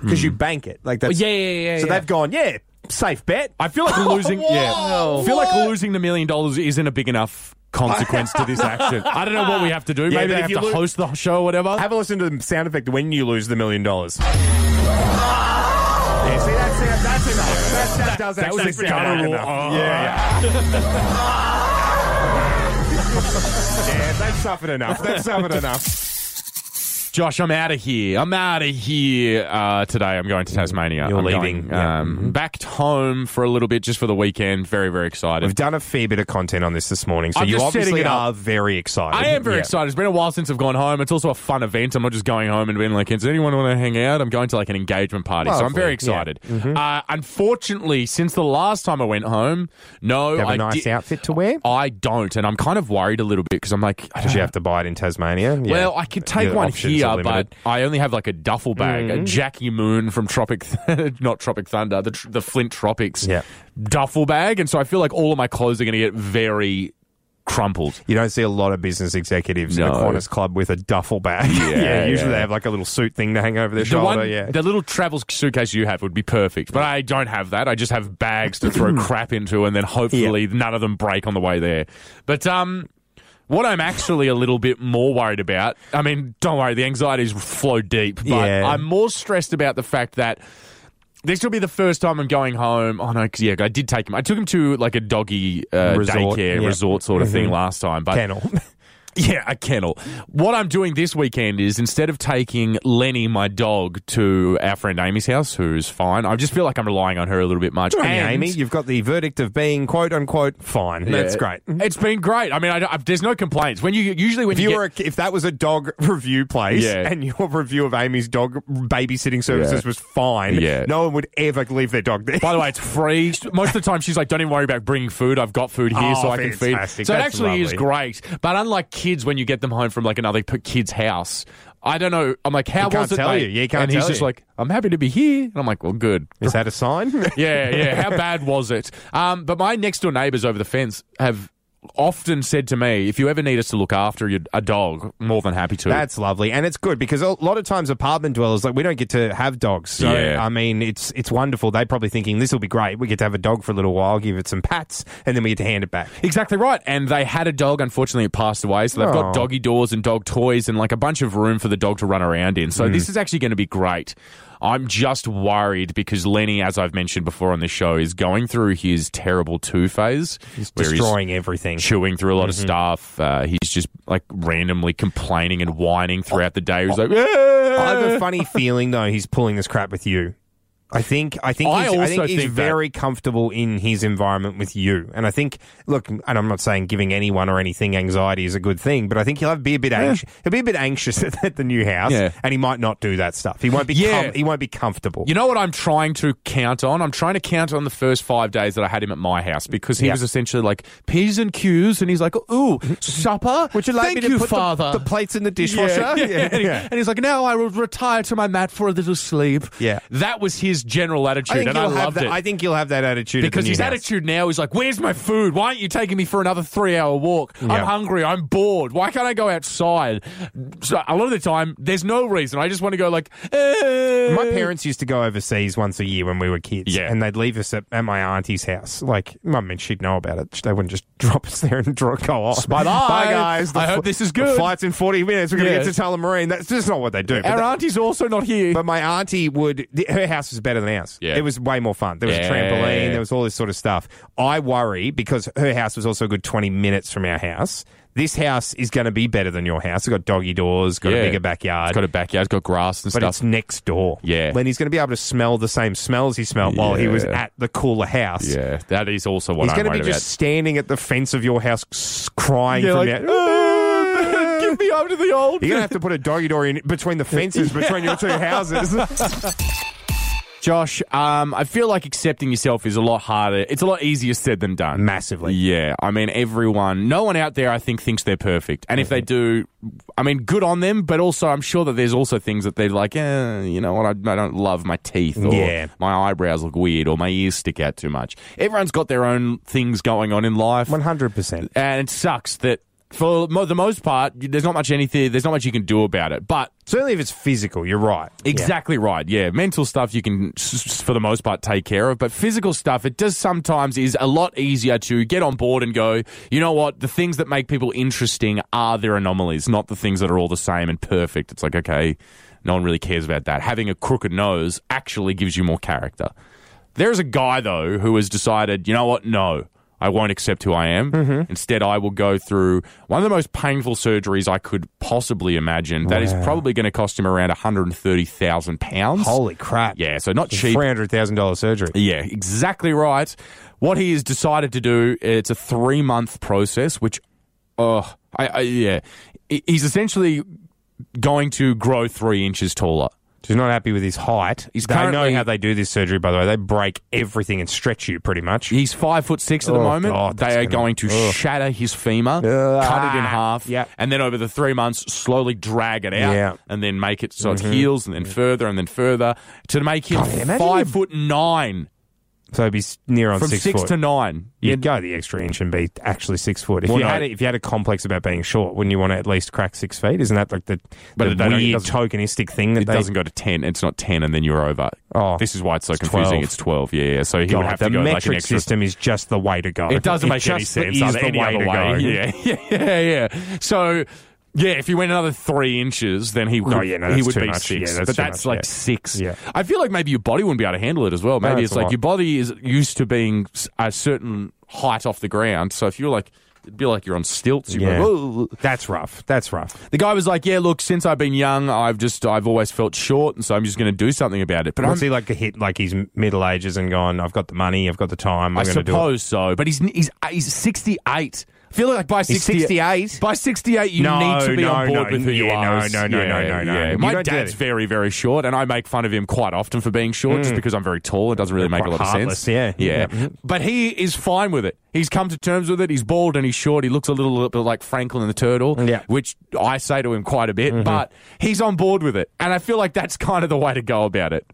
[SPEAKER 3] because you bank it like that's
[SPEAKER 5] yeah, yeah, yeah,
[SPEAKER 3] So
[SPEAKER 5] yeah.
[SPEAKER 3] they've gone, yeah, safe bet. [LAUGHS]
[SPEAKER 4] I feel like losing. yeah, I feel like losing the million dollars isn't a big enough consequence to this action. I don't know what we have to do.
[SPEAKER 3] Yeah,
[SPEAKER 4] Maybe
[SPEAKER 3] but
[SPEAKER 4] they
[SPEAKER 3] if
[SPEAKER 4] have
[SPEAKER 3] you
[SPEAKER 4] to
[SPEAKER 3] lo-
[SPEAKER 4] host the show or whatever.
[SPEAKER 3] Have a listen to the sound effect when you lose the million dollars. Yeah, see that's it. That's enough. That, that, does
[SPEAKER 4] that was
[SPEAKER 3] actually
[SPEAKER 4] a
[SPEAKER 3] sound
[SPEAKER 4] guttural,
[SPEAKER 3] enough.
[SPEAKER 4] "Oh."
[SPEAKER 3] Yeah.
[SPEAKER 4] [LAUGHS]
[SPEAKER 3] yeah, they've suffered enough. They've suffered enough.
[SPEAKER 4] Josh, I'm out of here. I'm out of here uh, today. I'm going to Tasmania.
[SPEAKER 3] You're
[SPEAKER 4] I'm going,
[SPEAKER 3] leaving, yeah. Mm-hmm.
[SPEAKER 4] um, back home for a little bit just for the weekend. Very,
[SPEAKER 3] [LAUGHS]
[SPEAKER 4] very
[SPEAKER 3] We've
[SPEAKER 4] excited.
[SPEAKER 3] done a fair bit of content on this this morning, so
[SPEAKER 4] I'm
[SPEAKER 3] you
[SPEAKER 4] just setting
[SPEAKER 3] obviously
[SPEAKER 4] it up.
[SPEAKER 3] are very excited.
[SPEAKER 4] I am very
[SPEAKER 3] Yeah.
[SPEAKER 4] excited. It's been a while since I've gone home. It's also a fun event. I'm not just going home and being like, "Does anyone want to hang out?" I'm going to like an engagement party, so I'm
[SPEAKER 3] Lovely,
[SPEAKER 4] very
[SPEAKER 3] yeah. Mm-hmm.
[SPEAKER 4] excited. Uh, unfortunately, since the last time I went home, no,
[SPEAKER 3] Do you have
[SPEAKER 4] I
[SPEAKER 3] a nice
[SPEAKER 4] di-
[SPEAKER 3] outfit to wear?
[SPEAKER 4] I don't, and I'm kind of worried a little bit because I'm like, I don't
[SPEAKER 3] Did you
[SPEAKER 4] know.
[SPEAKER 3] have to buy it in Tasmania? [LAUGHS] Yeah.
[SPEAKER 4] Well, I could take
[SPEAKER 3] Your
[SPEAKER 4] one
[SPEAKER 3] options
[SPEAKER 4] here,
[SPEAKER 3] are
[SPEAKER 4] but
[SPEAKER 3] limited. Mm-hmm.
[SPEAKER 4] I only have like a duffel bag, a Jackie Moon from Tropic, [LAUGHS] not Tropic Thunder, the tr- the Flint Tropics
[SPEAKER 3] Yeah.
[SPEAKER 4] duffel bag, and so I feel like all of my clothes are going to get very crumpled.
[SPEAKER 3] you don't see a lot of business executives in the
[SPEAKER 4] No.
[SPEAKER 3] Qantas Club with a duffel bag. [LAUGHS] Yeah, usually
[SPEAKER 4] yeah.
[SPEAKER 3] they have like a little suit thing to hang over their
[SPEAKER 4] The
[SPEAKER 3] shoulder.
[SPEAKER 4] one,
[SPEAKER 3] yeah,
[SPEAKER 4] the little travel suitcase you have would be perfect, but I don't have that. I just have bags to
[SPEAKER 3] [CLEARS THROAT]
[SPEAKER 4] throw crap into, and then hopefully none of them break on the way there. But um, what I'm actually a little bit more worried about. I mean, don't worry, the anxieties flow deep, but
[SPEAKER 3] Yeah.
[SPEAKER 4] I'm more stressed about the fact that. This will be the first time I'm going home. Oh no, 'cause, yeah, I did take him. I took him to like a doggy uh,
[SPEAKER 3] Resort,
[SPEAKER 4] daycare
[SPEAKER 3] yeah. Mm-hmm.
[SPEAKER 4] resort sort of thing last time, but
[SPEAKER 3] panel.
[SPEAKER 4] Yeah, a kennel. What I'm doing this weekend is instead of taking Lenny, my dog, to our friend Amy's house, who's fine, I just feel like I'm relying on her a little bit much.
[SPEAKER 3] Good on you,
[SPEAKER 4] And-
[SPEAKER 3] Amy, you've got the verdict of being quote unquote fine. That's
[SPEAKER 4] Yeah.
[SPEAKER 3] great.
[SPEAKER 4] It's been great. I mean, I, I, there's no complaints. When you usually when
[SPEAKER 3] If you
[SPEAKER 4] get-
[SPEAKER 3] were a, if that was a dog [LAUGHS] review place
[SPEAKER 4] Yeah.
[SPEAKER 3] and your review of Amy's dog babysitting services
[SPEAKER 4] Yeah.
[SPEAKER 3] was fine,
[SPEAKER 4] Yeah.
[SPEAKER 3] no one would ever leave their dog there.
[SPEAKER 4] By the way, it's free. Most of the time, she's like, "Don't even worry about bringing food. I've got food here,
[SPEAKER 3] Oh,
[SPEAKER 4] so I can
[SPEAKER 3] fantastic.
[SPEAKER 4] feed." So
[SPEAKER 3] That's
[SPEAKER 4] it actually is
[SPEAKER 3] lovely.
[SPEAKER 4] great. But unlike kids, when you get them home from like another p- kid's house, I don't know. I'm like, "How
[SPEAKER 3] He can't
[SPEAKER 4] was it?"
[SPEAKER 3] tell
[SPEAKER 4] mate?"
[SPEAKER 3] you. Yeah, he can't
[SPEAKER 4] and he's
[SPEAKER 3] tell
[SPEAKER 4] just
[SPEAKER 3] you.
[SPEAKER 4] like, "I'm happy to be here." And I'm like, "Well, good."
[SPEAKER 3] [LAUGHS] is that a sign?
[SPEAKER 4] [LAUGHS] Yeah, yeah. How bad was it? Um, but my next door neighbours over the fence have often said to me, "If you ever need us to look after your, a dog, more than happy to."
[SPEAKER 3] That's lovely, and it's good because a lot of times apartment dwellers like we don't get to have dogs. So
[SPEAKER 4] Yeah.
[SPEAKER 3] I mean, it's it's wonderful. They're probably thinking this will be great. We get to have a dog for a little while, give it some pats, and then we get to hand it back.
[SPEAKER 4] Exactly right. And they had a dog. Unfortunately, it passed away. So they've
[SPEAKER 3] Oh.
[SPEAKER 4] got doggy doors and dog toys and like a bunch of room for the dog to run around in.
[SPEAKER 3] Hmm.
[SPEAKER 4] So this is actually going to be great. I'm just worried because Lenny, as I've mentioned before on the show, is going through his terrible two phase. He's
[SPEAKER 3] Destroying everything.
[SPEAKER 4] Chewing through a lot
[SPEAKER 3] Mm-hmm.
[SPEAKER 4] of stuff. Uh, he's just like randomly complaining and whining throughout the day. He's like,
[SPEAKER 3] I have a
[SPEAKER 4] "Ah."
[SPEAKER 3] funny feeling though he's pulling this crap with you. I think I think
[SPEAKER 4] I
[SPEAKER 3] he's, I
[SPEAKER 4] also
[SPEAKER 3] think he's
[SPEAKER 4] think that.
[SPEAKER 3] very comfortable in his environment with you. And I think look, and I'm not saying giving anyone or anything anxiety is a good thing, but I think he'll have, be a bit anxious. He'll be a bit anxious [LAUGHS] at, at the new house,
[SPEAKER 4] Yeah.
[SPEAKER 3] and he might not do that stuff. He won't be
[SPEAKER 4] Yeah.
[SPEAKER 3] com- he won't be comfortable.
[SPEAKER 4] You know what I'm trying to count on? I'm trying to count on the first five days that I had him at my house because he
[SPEAKER 3] Yeah.
[SPEAKER 4] was essentially like P's and Q's, and he's like, "Ooh, supper?
[SPEAKER 3] Would you like
[SPEAKER 4] Thank
[SPEAKER 3] me to
[SPEAKER 4] you,
[SPEAKER 3] put the-
[SPEAKER 4] father."
[SPEAKER 3] The, plates in the dishwasher?
[SPEAKER 4] Yeah, yeah. [LAUGHS] And, he-
[SPEAKER 3] yeah. [LAUGHS]
[SPEAKER 4] and he's like, "Now I will retire to my mat for a little sleep."
[SPEAKER 3] Yeah.
[SPEAKER 4] that was his general attitude,
[SPEAKER 3] I think,
[SPEAKER 4] and I
[SPEAKER 3] you'll have
[SPEAKER 4] loved
[SPEAKER 3] that,
[SPEAKER 4] it
[SPEAKER 3] I think you'll have that attitude at the
[SPEAKER 4] because
[SPEAKER 3] new
[SPEAKER 4] his
[SPEAKER 3] house.
[SPEAKER 4] attitude now is like, "Where's my food? Why aren't you taking me for another three-hour walk?
[SPEAKER 3] Yeah.
[SPEAKER 4] I'm hungry. I'm bored. Why can't I go outside?" So a lot of the time, there's no reason. I just want to go like, eh.
[SPEAKER 3] My parents used to go overseas once a year when we were kids.
[SPEAKER 4] Yeah.
[SPEAKER 3] And they'd leave us at, at my auntie's house. Like, mum and she'd know about it. They wouldn't just [LAUGHS] drop us there and draw, go off.
[SPEAKER 4] Bye-bye.
[SPEAKER 3] Bye, guys.
[SPEAKER 4] I hope this is good.
[SPEAKER 3] The flight's in 40 minutes. We're going to
[SPEAKER 4] Yeah.
[SPEAKER 3] get to Tullamarine. That's just not what they do. But,
[SPEAKER 4] Our
[SPEAKER 3] they-
[SPEAKER 4] auntie's also not here.
[SPEAKER 3] but my auntie would, th- her house was better than ours.
[SPEAKER 4] Yeah.
[SPEAKER 3] It was way more fun. There was a
[SPEAKER 4] Yeah.
[SPEAKER 3] trampoline, there was all this sort of stuff. I worry because her house was also a good 20 minutes from our house. This house is going to be better than your house. It's got doggy doors, got a
[SPEAKER 4] Yeah.
[SPEAKER 3] bigger backyard
[SPEAKER 4] It's got a backyard, it's got grass and
[SPEAKER 3] but
[SPEAKER 4] stuff.
[SPEAKER 3] it's next door.
[SPEAKER 4] Yeah.
[SPEAKER 3] Lenny's going to be able to smell the same smells he smelled while he was
[SPEAKER 4] Yeah.
[SPEAKER 3] at the cooler house.
[SPEAKER 4] yeah, that is also what
[SPEAKER 3] He's
[SPEAKER 4] I'm
[SPEAKER 3] going to be
[SPEAKER 4] worried
[SPEAKER 3] just standing at the fence of your house s- crying
[SPEAKER 4] about. Yeah,
[SPEAKER 3] from
[SPEAKER 4] like,
[SPEAKER 3] out-
[SPEAKER 4] "Ah, give me over to the
[SPEAKER 3] [LAUGHS]
[SPEAKER 4] old.
[SPEAKER 3] You're going to have to put a doggy door in between the
[SPEAKER 4] [LAUGHS]
[SPEAKER 3] fences between your two houses.
[SPEAKER 4] Josh, um, I feel like accepting yourself is a lot harder. It's a lot easier said than done.
[SPEAKER 3] Massively.
[SPEAKER 4] Yeah, I mean, everyone, no one out there, I think, thinks they're perfect. And if
[SPEAKER 3] Mm-hmm.
[SPEAKER 4] they do, I mean, good on them. But also, I'm sure that there's also things that they're like, eh, you know what, I, I don't love my teeth, or
[SPEAKER 3] Yeah.
[SPEAKER 4] my eyebrows look weird, or my ears stick out too much. Everyone's got their own things going on in life.
[SPEAKER 3] 100%.
[SPEAKER 4] and it sucks that for mo- the most part, y- there's not much anything, there's not much you can do about it. But
[SPEAKER 3] Certainly if it's physical, you're right.
[SPEAKER 4] exactly right, yeah, mental stuff you can s- s- for the most part take care of, but physical stuff it does sometimes is a lot easier to get on board and go, you know what, the things that make people interesting are their anomalies, not the things that are all the same and perfect. It's like okay, no one really cares about that. Having a crooked nose actually gives you more character. There's a guy, though, who has decided, you know what? No, I won't accept who I am. Instead, I will go through one of the most painful surgeries I could possibly imagine. That is probably going to cost him around £130,000.
[SPEAKER 3] Holy crap.
[SPEAKER 4] Yeah, so not cheap.
[SPEAKER 3] $300,000 surgery.
[SPEAKER 4] Yeah, exactly right. What he has decided to do, it's a three month process, which, oh, I, I, yeah. He- He's essentially going to grow three inches taller.
[SPEAKER 3] He's not happy with his height.
[SPEAKER 4] He's
[SPEAKER 3] I know
[SPEAKER 4] currently-
[SPEAKER 3] how they do this surgery, by the way. They break everything and stretch you pretty much.
[SPEAKER 4] He's five foot six at the
[SPEAKER 3] Oh,
[SPEAKER 4] moment.
[SPEAKER 3] God, that's
[SPEAKER 4] they are
[SPEAKER 3] gonna-
[SPEAKER 4] going to
[SPEAKER 3] ugh.
[SPEAKER 4] shatter his femur, cut it in half,
[SPEAKER 3] Yeah.
[SPEAKER 4] and then over the three months, slowly drag it out,
[SPEAKER 3] Yeah. Mm-hmm.
[SPEAKER 4] and then make it so it heals, and then further, and then further, to make him
[SPEAKER 3] God, imagine
[SPEAKER 4] five
[SPEAKER 3] him-
[SPEAKER 4] foot nine
[SPEAKER 3] So he'd be s- near on
[SPEAKER 4] from
[SPEAKER 3] six,
[SPEAKER 4] six,
[SPEAKER 3] foot.
[SPEAKER 4] to nine.
[SPEAKER 3] You'd go the extra inch and be actually six foot. If
[SPEAKER 4] Well,
[SPEAKER 3] you
[SPEAKER 4] no.
[SPEAKER 3] had a, if you had a complex about being short, wouldn't you want to at least crack six feet? Isn't that like the,
[SPEAKER 4] But
[SPEAKER 3] the
[SPEAKER 4] they don't- it
[SPEAKER 3] weird
[SPEAKER 4] doesn't-
[SPEAKER 3] tokenistic thing that
[SPEAKER 4] It
[SPEAKER 3] they,
[SPEAKER 4] doesn't go to ten. It's not ten, and then you're over.
[SPEAKER 3] Oh.
[SPEAKER 4] this is why it's so confusing.
[SPEAKER 3] 12.
[SPEAKER 4] It's twelve. Yeah, yeah. So he
[SPEAKER 3] God,
[SPEAKER 4] would have
[SPEAKER 3] the
[SPEAKER 4] to go
[SPEAKER 3] metric
[SPEAKER 4] like an extra
[SPEAKER 3] system is just the way to go.
[SPEAKER 4] It doesn't make any
[SPEAKER 3] just
[SPEAKER 4] sense.
[SPEAKER 3] Is
[SPEAKER 4] either
[SPEAKER 3] the
[SPEAKER 4] any
[SPEAKER 3] way
[SPEAKER 4] other
[SPEAKER 3] to go.
[SPEAKER 4] [LAUGHS] way. Yeah, yeah, yeah. So. Yeah, if he went another three inches, then he would,
[SPEAKER 3] No, yeah, no,
[SPEAKER 4] he
[SPEAKER 3] that's
[SPEAKER 4] would
[SPEAKER 3] too
[SPEAKER 4] be
[SPEAKER 3] much.
[SPEAKER 4] six.
[SPEAKER 3] Yeah, that's
[SPEAKER 4] but
[SPEAKER 3] too
[SPEAKER 4] that's
[SPEAKER 3] much,
[SPEAKER 4] like
[SPEAKER 3] yeah.
[SPEAKER 4] six.
[SPEAKER 3] Yeah.
[SPEAKER 4] I feel like maybe your body wouldn't be able to handle it as well. Maybe
[SPEAKER 3] that's
[SPEAKER 4] it's
[SPEAKER 3] a
[SPEAKER 4] like
[SPEAKER 3] lot.
[SPEAKER 4] your body is used to being s- a certain height off the ground. So if you're like It'd be like you're on stilts. You'd be
[SPEAKER 3] Yeah.
[SPEAKER 4] like, "Whoa."
[SPEAKER 3] That's rough. That's rough.
[SPEAKER 4] the guy was like, "Yeah, look, since I've been young, I've just I've always felt short, and so I'm just going to do something about it." But I'm,
[SPEAKER 3] Was he like a hit, like he's middle ages and gone, I've got the money, I've got the time,
[SPEAKER 4] I
[SPEAKER 3] I'm going to do it?
[SPEAKER 4] suppose so. But he's he's he's 68. I feel like by
[SPEAKER 3] He's
[SPEAKER 4] 68,
[SPEAKER 3] 68?
[SPEAKER 4] by 68, you
[SPEAKER 3] No,
[SPEAKER 4] need to be
[SPEAKER 3] no,
[SPEAKER 4] on board
[SPEAKER 3] no,
[SPEAKER 4] with who you
[SPEAKER 3] yeah,
[SPEAKER 4] are.
[SPEAKER 3] no, no, no, no, no, no. You
[SPEAKER 4] My
[SPEAKER 3] don't do
[SPEAKER 4] dad's
[SPEAKER 3] that.
[SPEAKER 4] very, very short, and I make fun of him quite often for being short, just because I'm very tall. It doesn't really make a
[SPEAKER 3] Mm. Quite
[SPEAKER 4] lot of
[SPEAKER 3] heartless,
[SPEAKER 4] sense.
[SPEAKER 3] yeah.
[SPEAKER 4] yeah.
[SPEAKER 3] Yeah.
[SPEAKER 4] But he is fine with it. He's come to terms with it. He's bald and he's short. He looks a little bit like Franklin the turtle,
[SPEAKER 3] Yeah. Mm-hmm.
[SPEAKER 4] which I say to him quite a bit. But he's on board with it, and I feel like that's kind of the way to go about it.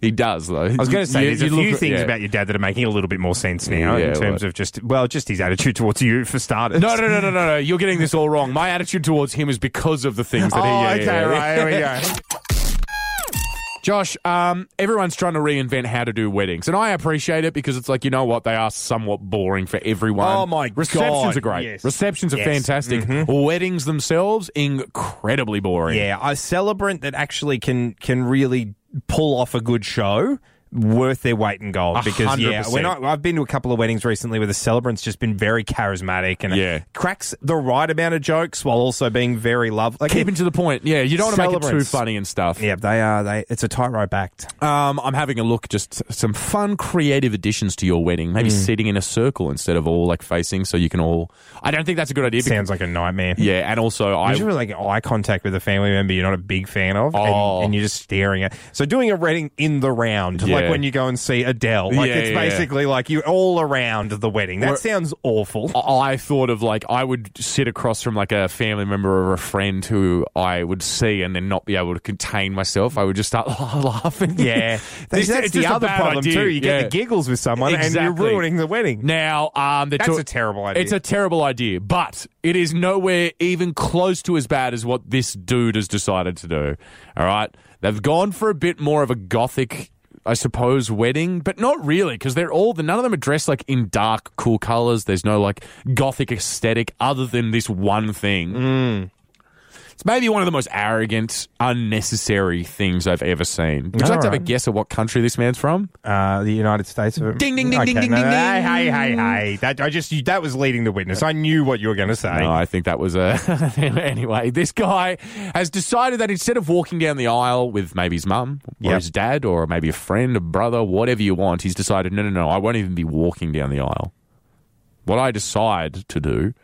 [SPEAKER 4] He does, though.
[SPEAKER 3] I was going to say, there's a few things
[SPEAKER 4] yeah.
[SPEAKER 3] about your dad that are making a little bit more sense now
[SPEAKER 4] Yeah,
[SPEAKER 3] in terms
[SPEAKER 4] right.
[SPEAKER 3] of just, well, just his attitude [LAUGHS] towards you for starters.
[SPEAKER 4] No, no, no, no, no, no. You're getting this all wrong. My attitude towards him is because of the things that
[SPEAKER 3] Oh,
[SPEAKER 4] he. yeah,
[SPEAKER 3] okay,
[SPEAKER 4] yeah, yeah.
[SPEAKER 3] right. Here we go.
[SPEAKER 4] Josh, um, everyone's trying to reinvent how to do weddings, and I appreciate it because it's like you know what they are somewhat boring for everyone.
[SPEAKER 3] Oh, my
[SPEAKER 4] receptions
[SPEAKER 3] God,
[SPEAKER 4] are great.
[SPEAKER 3] yes.
[SPEAKER 4] Receptions are
[SPEAKER 3] Yes. Mm-hmm.
[SPEAKER 4] fantastic. Weddings themselves incredibly boring.
[SPEAKER 3] Yeah, a celebrant that actually can can really pull off a good show. Worth their weight in gold
[SPEAKER 4] A
[SPEAKER 3] because
[SPEAKER 4] hundred
[SPEAKER 3] yeah, when
[SPEAKER 4] percent.
[SPEAKER 3] I, I've been to a couple of weddings recently where the celebrant's just been very charismatic and
[SPEAKER 4] Yeah.
[SPEAKER 3] cracks the right amount of jokes while also being very lovely. Like,
[SPEAKER 4] Keeping to the point. Yeah, you don't want to make it too
[SPEAKER 3] Celebrants.
[SPEAKER 4] funny and stuff.
[SPEAKER 3] yeah, they are. They it's a tightrope act.
[SPEAKER 4] Um, I'm having a look, just some fun, creative additions to your wedding.
[SPEAKER 3] Hmm.
[SPEAKER 4] Maybe sitting in a circle instead of all like facing, so you can all. I don't think that's a good idea.
[SPEAKER 3] Sounds like a nightmare.
[SPEAKER 4] because- yeah, and also I.
[SPEAKER 3] Imagine like eye contact with a family member you're not a big fan of, and-
[SPEAKER 4] Oh.
[SPEAKER 3] and, you're just staring at. So doing a wedding in the round, like
[SPEAKER 4] Yeah.
[SPEAKER 3] when you go and see Adele, like
[SPEAKER 4] Yeah,
[SPEAKER 3] it's
[SPEAKER 4] yeah, yeah.
[SPEAKER 3] basically like you're all around the wedding. That
[SPEAKER 4] Or-
[SPEAKER 3] sounds awful.
[SPEAKER 4] I thought of like I would sit across from like a family member or a friend who I would see and then not be able to contain myself. I would just start [LAUGHS] laughing.
[SPEAKER 3] [LAUGHS] Yeah,
[SPEAKER 4] This-
[SPEAKER 3] that's
[SPEAKER 4] it's
[SPEAKER 3] the
[SPEAKER 4] just a
[SPEAKER 3] other
[SPEAKER 4] bad
[SPEAKER 3] problem
[SPEAKER 4] idea.
[SPEAKER 3] too. You get
[SPEAKER 4] Yeah.
[SPEAKER 3] the giggles with someone, and
[SPEAKER 4] Exactly.
[SPEAKER 3] you're ruining the wedding.
[SPEAKER 4] Now, um, they're
[SPEAKER 3] That's
[SPEAKER 4] talk-
[SPEAKER 3] a terrible idea.
[SPEAKER 4] It's a terrible idea, but it is nowhere even close to as bad as what this dude has decided to do. All right, they've gone for a bit more of a gothic. I suppose wedding, but not really because they're all the none of them are dressed like in dark, cool colors. There's no like gothic aesthetic other than this one thing.
[SPEAKER 3] Mm.
[SPEAKER 4] It's maybe one of the most arrogant, unnecessary things I've ever seen. Would you like to have a
[SPEAKER 3] Alright.
[SPEAKER 4] guess at what country this man's from?
[SPEAKER 3] Uh, the United States of
[SPEAKER 4] Ding, ding, ding,
[SPEAKER 3] Okay,
[SPEAKER 4] ding, ding, ding,
[SPEAKER 3] Hey,
[SPEAKER 4] ding.
[SPEAKER 3] hey, hey, hey! That I just you, that was leading the witness. I knew what you were going to say.
[SPEAKER 4] No, I think that was a. [LAUGHS] anyway, this guy has decided that instead of walking down the aisle with maybe his mum or
[SPEAKER 3] Yep.
[SPEAKER 4] his dad or maybe a friend, a brother, whatever you want, he's decided, no, no, no, I won't even be walking down the aisle. What I decide to do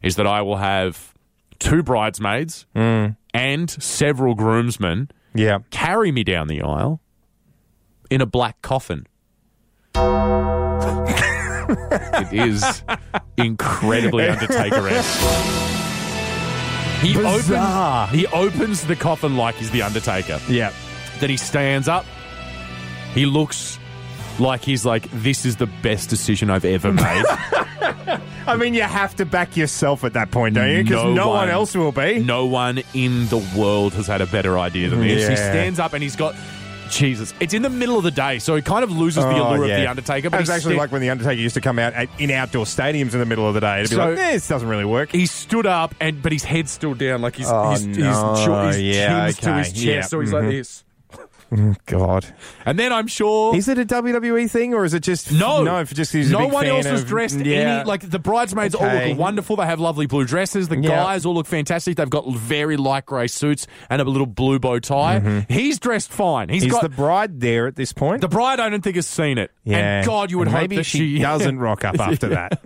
[SPEAKER 4] is that I will have two bridesmaids and several groomsmen
[SPEAKER 3] yeah,
[SPEAKER 4] carry me down the aisle in a black coffin. it is incredibly Undertaker-esque. He
[SPEAKER 3] Bizarre.
[SPEAKER 4] opens, he opens the coffin like he's the Undertaker.
[SPEAKER 3] yeah.
[SPEAKER 4] Then he stands up. He looks like he's like, this is the best decision I've ever made.
[SPEAKER 3] I mean, you have to back yourself at that point, don't you? Because no, one, else will be.
[SPEAKER 4] No one in the world has had a better idea than this. He
[SPEAKER 3] Yeah.
[SPEAKER 4] stands up and he's got. Jesus, it's in the middle of the day, so he kind of loses the
[SPEAKER 3] Oh,
[SPEAKER 4] allure
[SPEAKER 3] yeah.
[SPEAKER 4] of the Undertaker. But
[SPEAKER 3] That was
[SPEAKER 4] he's
[SPEAKER 3] actually
[SPEAKER 4] sta-
[SPEAKER 3] like when the Undertaker used to come out at, in outdoor stadiums in the middle of the day. It'd be
[SPEAKER 4] So-
[SPEAKER 3] like, "Eh, this doesn't really work.
[SPEAKER 4] he stood up and but his head's still down, like his
[SPEAKER 3] Oh,
[SPEAKER 4] his, his,
[SPEAKER 3] no.
[SPEAKER 4] jaw- his
[SPEAKER 3] Yeah,
[SPEAKER 4] chin's to
[SPEAKER 3] okay.
[SPEAKER 4] his chest,
[SPEAKER 3] Yeah.
[SPEAKER 4] so he's like
[SPEAKER 3] Mhm.
[SPEAKER 4] this.
[SPEAKER 3] God,
[SPEAKER 4] And then I'm sure
[SPEAKER 3] is it a WWE thing or is it just
[SPEAKER 4] no,
[SPEAKER 3] Oh. No, for just he's a
[SPEAKER 4] no
[SPEAKER 3] big
[SPEAKER 4] one
[SPEAKER 3] fan
[SPEAKER 4] else was
[SPEAKER 3] of-
[SPEAKER 4] dressed
[SPEAKER 3] yeah.
[SPEAKER 4] any like the bridesmaids all
[SPEAKER 3] Okay.
[SPEAKER 4] look wonderful. They have lovely blue dresses. The
[SPEAKER 3] Yeah.
[SPEAKER 4] guys all look fantastic. They've got very light grey suits and a little blue bow tie. He's dressed fine.
[SPEAKER 3] Is Mm-hmm.
[SPEAKER 4] got
[SPEAKER 3] the bride there at this point?
[SPEAKER 4] The bride, I don't think, has seen it. And God, you would
[SPEAKER 3] And
[SPEAKER 4] hope
[SPEAKER 3] maybe
[SPEAKER 4] that
[SPEAKER 3] she,
[SPEAKER 4] she, [LAUGHS]
[SPEAKER 3] doesn't rock up after that.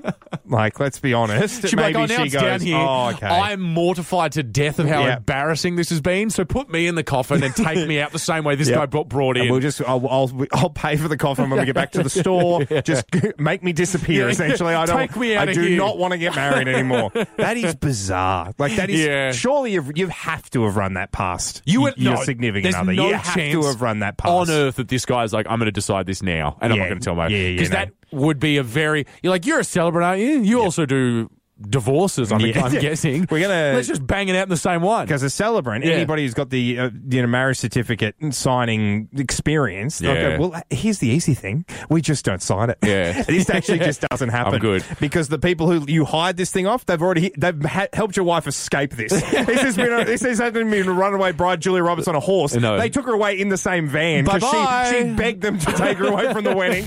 [SPEAKER 3] Like, let's be honest.
[SPEAKER 4] She'd be
[SPEAKER 3] maybe
[SPEAKER 4] like, oh, now
[SPEAKER 3] she
[SPEAKER 4] it's
[SPEAKER 3] goes,
[SPEAKER 4] down here.
[SPEAKER 3] "Oh, okay."
[SPEAKER 4] I'm mortified to death of how
[SPEAKER 3] Yeah.
[SPEAKER 4] embarrassing this has been. So put me in the coffin and take me out the same way this
[SPEAKER 3] Yep.
[SPEAKER 4] guy brought brought in.
[SPEAKER 3] And we'll just, I'll, I'll, I'll pay for the coffin when we get back
[SPEAKER 4] [LAUGHS]
[SPEAKER 3] to the store. Just make me disappear.
[SPEAKER 4] Yeah.
[SPEAKER 3] Essentially, I don't.
[SPEAKER 4] [LAUGHS] Take me out
[SPEAKER 3] I
[SPEAKER 4] of
[SPEAKER 3] do
[SPEAKER 4] here.
[SPEAKER 3] not want to get married
[SPEAKER 4] [LAUGHS]
[SPEAKER 3] anymore. that is bizarre. Like that is.
[SPEAKER 4] Yeah.
[SPEAKER 3] Surely you've, you have to have run that past
[SPEAKER 4] you would
[SPEAKER 3] your
[SPEAKER 4] no,
[SPEAKER 3] significant
[SPEAKER 4] there's
[SPEAKER 3] other.
[SPEAKER 4] No
[SPEAKER 3] you
[SPEAKER 4] chance
[SPEAKER 3] have to have run that past.
[SPEAKER 4] on earth that this guy's like, I'm going to decide this now, and I'm not
[SPEAKER 3] Yeah.
[SPEAKER 4] going to tell my
[SPEAKER 3] Yeah, yeah,
[SPEAKER 4] because
[SPEAKER 3] no.
[SPEAKER 4] that would be a very you're like you're a celebrant, aren't you? You also do divorces. I'm,
[SPEAKER 3] Yeah.
[SPEAKER 4] I'm guessing.
[SPEAKER 3] [LAUGHS] We're gonna-
[SPEAKER 4] let's just bang it out in the same one.
[SPEAKER 3] Because a celebrant,
[SPEAKER 4] Yeah.
[SPEAKER 3] anybody who's got the uh, you know marriage certificate and signing experience, they'll
[SPEAKER 4] Yeah.
[SPEAKER 3] go, well, here's the easy thing: we just don't sign it. [LAUGHS]
[SPEAKER 4] Yeah.
[SPEAKER 3] this
[SPEAKER 4] [LAUGHS]
[SPEAKER 3] actually just doesn't happen.
[SPEAKER 4] good.
[SPEAKER 3] because the people who you hired this thing off, they've already they've ha- helped your wife escape
[SPEAKER 4] [LAUGHS]
[SPEAKER 3] this. this has been a, this hasn't been a runaway bride, Julia Roberts on a horse.
[SPEAKER 4] No.
[SPEAKER 3] They took her away in the same van 'cause
[SPEAKER 4] Bye-bye. [LAUGHS]
[SPEAKER 3] she she begged them to take her away from the wedding.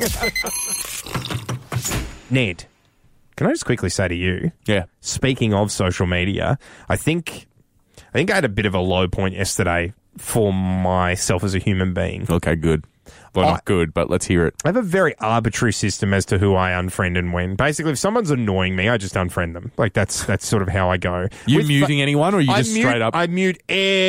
[SPEAKER 3] Ned, can I just quickly say to you,
[SPEAKER 4] Yeah.
[SPEAKER 3] speaking of social media, I think I think I had a bit of a low point yesterday for myself as a human being.
[SPEAKER 4] Okay, good. Well,
[SPEAKER 3] I-
[SPEAKER 4] not good, but let's hear it.
[SPEAKER 3] I have a very arbitrary system as to who I unfriend and when. Basically, if someone's annoying me, I just unfriend them. Like that's that's sort of how I go.
[SPEAKER 4] You
[SPEAKER 3] With-
[SPEAKER 4] muting anyone, or you
[SPEAKER 3] I
[SPEAKER 4] just
[SPEAKER 3] mute,
[SPEAKER 4] straight up?
[SPEAKER 3] I mute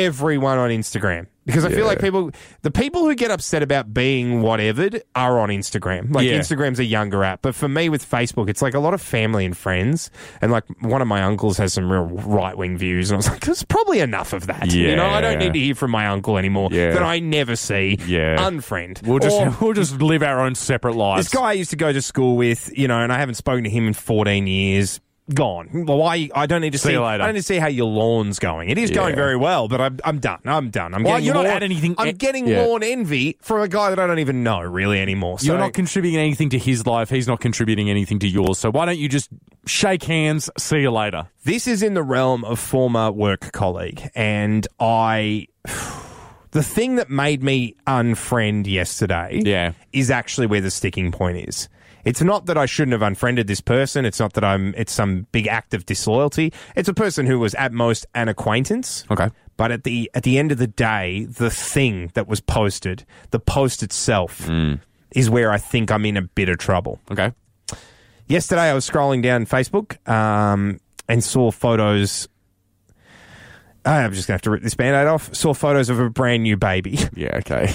[SPEAKER 3] everyone on Instagram because I feel like
[SPEAKER 4] Yeah.
[SPEAKER 3] people, the people who get upset about being whatevered, are on Instagram. Like
[SPEAKER 4] Yeah.
[SPEAKER 3] Instagram's a younger app, but for me with Facebook, it's like a lot of family and friends, and like one of my uncles has some real right wing views, and I was like, there's probably enough of that. You know, I don't
[SPEAKER 4] Yeah.
[SPEAKER 3] need to hear from my uncle anymore
[SPEAKER 4] Yeah.
[SPEAKER 3] that I never see.
[SPEAKER 4] Yeah.
[SPEAKER 3] unfriend.
[SPEAKER 4] [LAUGHS] we'll just
[SPEAKER 3] Or-
[SPEAKER 4] we'll just live our own separate lives.
[SPEAKER 3] this guy I used to go to school with, you know, and I haven't spoken to him in 14 years. Gone. Well, I, I don't need to see.
[SPEAKER 4] See you later.
[SPEAKER 3] I don't need to see how your lawn's going. It is going
[SPEAKER 4] Yeah.
[SPEAKER 3] very well, but I'm, I'm done. I'm done. I'm
[SPEAKER 4] Well,
[SPEAKER 3] getting
[SPEAKER 4] you're not
[SPEAKER 3] lawn,
[SPEAKER 4] adding anything-
[SPEAKER 3] I'm
[SPEAKER 4] eh,
[SPEAKER 3] getting
[SPEAKER 4] yeah.
[SPEAKER 3] lawn envy from a guy that I don't even know really anymore. So
[SPEAKER 4] You're not contributing anything to his life. He's not contributing anything to yours. So why don't you just shake hands? See you later.
[SPEAKER 3] this is in the realm of former work colleague, and I. The thing that made me unfriend yesterday
[SPEAKER 4] Yeah.
[SPEAKER 3] is actually where the sticking point is. It's not that I shouldn't have unfriended this person. It's not that I'm. It's some big act of disloyalty. It's a person who was at most an acquaintance.
[SPEAKER 4] Okay.
[SPEAKER 3] But at the at the end of the day, the thing that was posted, the post itself, is where I think I'm in a bit of trouble.
[SPEAKER 4] Okay.
[SPEAKER 3] Yesterday, I was scrolling down Facebook um, and saw photos. Ah, I'm just gonna have to rip this band-aid off. Saw photos of a brand new
[SPEAKER 4] [LAUGHS]
[SPEAKER 3] baby.
[SPEAKER 4] Yeah. Okay.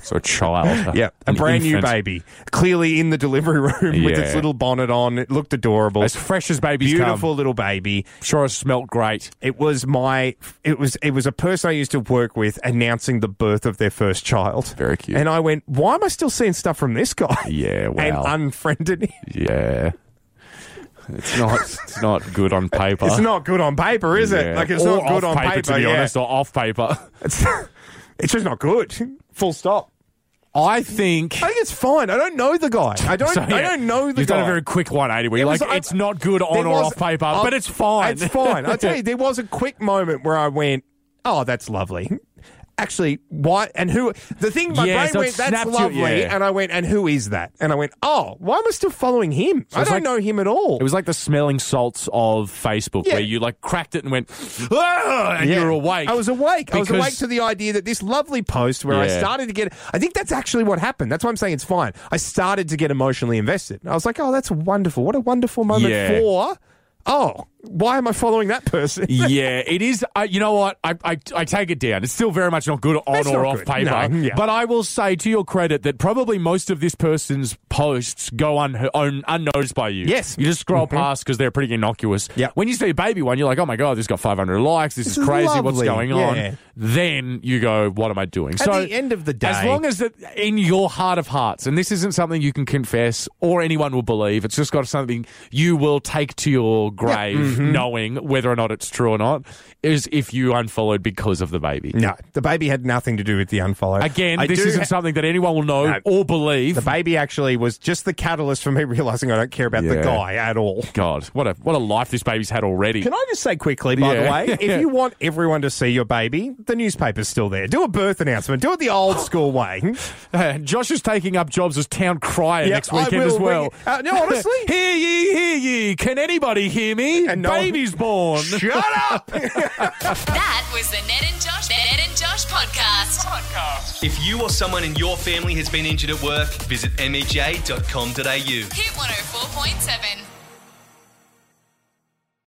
[SPEAKER 4] so a child.
[SPEAKER 3] Yeah, a
[SPEAKER 4] an
[SPEAKER 3] brand new
[SPEAKER 4] infant.
[SPEAKER 3] baby, clearly in the delivery [LAUGHS] room with its
[SPEAKER 4] Yeah.
[SPEAKER 3] little bonnet on. It looked adorable,
[SPEAKER 4] As fresh as babies
[SPEAKER 3] beautiful
[SPEAKER 4] come.
[SPEAKER 3] little baby.
[SPEAKER 4] Sure, it smelt great.
[SPEAKER 3] It was my, it was it was a person I used to work with announcing the birth of their first child.
[SPEAKER 4] Very cute.
[SPEAKER 3] And I went, why am I still seeing stuff from this guy?
[SPEAKER 4] Yeah,
[SPEAKER 3] [LAUGHS]
[SPEAKER 4] wow.
[SPEAKER 3] and unfriended him.
[SPEAKER 4] Yeah. It's not. [LAUGHS] It's not good on paper.
[SPEAKER 3] It's not good on paper, is it?
[SPEAKER 4] Yeah.
[SPEAKER 3] Like it's
[SPEAKER 4] Or
[SPEAKER 3] not good
[SPEAKER 4] off
[SPEAKER 3] on paper.
[SPEAKER 4] to be
[SPEAKER 3] yeah.
[SPEAKER 4] honest, or off paper.
[SPEAKER 3] It's, [LAUGHS] it's just not good. Full stop.
[SPEAKER 4] I think.
[SPEAKER 3] I think it's fine. I don't know the guy. I don't.
[SPEAKER 4] So,
[SPEAKER 3] I
[SPEAKER 4] yeah,
[SPEAKER 3] don't know the
[SPEAKER 4] You've
[SPEAKER 3] guy.
[SPEAKER 4] done a very quick 180 where
[SPEAKER 3] It
[SPEAKER 4] you're
[SPEAKER 3] was-
[SPEAKER 4] like,
[SPEAKER 3] I-
[SPEAKER 4] it's not good on
[SPEAKER 3] There
[SPEAKER 4] or
[SPEAKER 3] was-
[SPEAKER 4] off paper,
[SPEAKER 3] I'll-
[SPEAKER 4] but it's fine.
[SPEAKER 3] It's fine. I
[SPEAKER 4] [LAUGHS]
[SPEAKER 3] tell you, there was a quick moment where I went, "Oh, that's lovely." Actually, why and who? The thing my
[SPEAKER 4] Yeah,
[SPEAKER 3] brain
[SPEAKER 4] so it
[SPEAKER 3] went, "That's
[SPEAKER 4] snapped you-
[SPEAKER 3] lovely,"
[SPEAKER 4] yeah.
[SPEAKER 3] and I went, "And who is that?" And I went, "Oh, why am I still following him? I
[SPEAKER 4] it's
[SPEAKER 3] don't
[SPEAKER 4] like-
[SPEAKER 3] know him at all."
[SPEAKER 4] It was like the smelling salts of Facebook
[SPEAKER 3] Yeah.
[SPEAKER 4] where you like cracked it and went, "Ah," and
[SPEAKER 3] Yeah.
[SPEAKER 4] you were awake.
[SPEAKER 3] I was awake. I was
[SPEAKER 4] Because-
[SPEAKER 3] awake to the idea that this lovely post where I
[SPEAKER 4] Yeah.
[SPEAKER 3] started to get. I think that's actually what happened. That's why I'm saying it's fine. I started to get emotionally invested. I was like, "Oh, that's wonderful! What a wonderful moment
[SPEAKER 4] Yeah.
[SPEAKER 3] for." Oh, why am I following that person?
[SPEAKER 4] yeah, it is. Uh, you know what? I, I I take it down. It's still very much not good on
[SPEAKER 3] It's
[SPEAKER 4] or
[SPEAKER 3] not
[SPEAKER 4] off
[SPEAKER 3] good.
[SPEAKER 4] paper.
[SPEAKER 3] No, yeah.
[SPEAKER 4] But I will say, to your credit, that probably most of this person's posts go un- un- unnoticed by you.
[SPEAKER 3] Yes.
[SPEAKER 4] you just scroll
[SPEAKER 3] Mhm.
[SPEAKER 4] past because they're pretty innocuous.
[SPEAKER 3] Yeah.
[SPEAKER 4] When you see a baby one, you're like, "Oh my god, this got 500 likes. This,
[SPEAKER 3] This
[SPEAKER 4] is
[SPEAKER 3] is
[SPEAKER 4] crazy. What's
[SPEAKER 3] lovely.
[SPEAKER 4] going
[SPEAKER 3] Yeah.
[SPEAKER 4] on?" Then you go, "What am I doing?"
[SPEAKER 3] At the end of the day-
[SPEAKER 4] as long as that in your heart of hearts, and this isn't something you can confess or anyone will believe. It's just got something you will take to your grave,
[SPEAKER 3] Mm-hmm.
[SPEAKER 4] knowing whether or not it's true or not. Is if you unfollowed because of the baby.
[SPEAKER 3] No, the baby had nothing to do with the unfollow.
[SPEAKER 4] Again,
[SPEAKER 3] I
[SPEAKER 4] this
[SPEAKER 3] do
[SPEAKER 4] isn't
[SPEAKER 3] ha-
[SPEAKER 4] something that anyone will know
[SPEAKER 3] No.
[SPEAKER 4] or believe.
[SPEAKER 3] The baby actually was just the catalyst for me [LAUGHS] realizing I don't care about the
[SPEAKER 4] Yeah.
[SPEAKER 3] guy at all.
[SPEAKER 4] God, what a what a life this baby's had already.
[SPEAKER 3] Can I just say quickly, by
[SPEAKER 4] Yeah.
[SPEAKER 3] the way, if
[SPEAKER 4] [LAUGHS]
[SPEAKER 3] you want everyone to see your baby, the newspaper's still there. Do a birth announcement. Do it the old school way.
[SPEAKER 4] [LAUGHS] Uh, [LAUGHS] Josh is taking up jobs as town crier
[SPEAKER 3] Yeah,
[SPEAKER 4] next
[SPEAKER 3] I
[SPEAKER 4] weekend
[SPEAKER 3] will
[SPEAKER 4] as well.
[SPEAKER 3] ring- uh, no, honestly.
[SPEAKER 4] [LAUGHS] hear ye, hear ye. Can anybody hear me?
[SPEAKER 3] And no-
[SPEAKER 4] Baby's
[SPEAKER 3] [LAUGHS]
[SPEAKER 4] born.
[SPEAKER 3] Shut up!
[SPEAKER 1] That was the Ned and Josh Ned and Josh podcast.
[SPEAKER 2] If you or someone in E
[SPEAKER 1] oh
[SPEAKER 2] your family has been injured at work, visit mej.com.au.
[SPEAKER 1] Hit 104.7.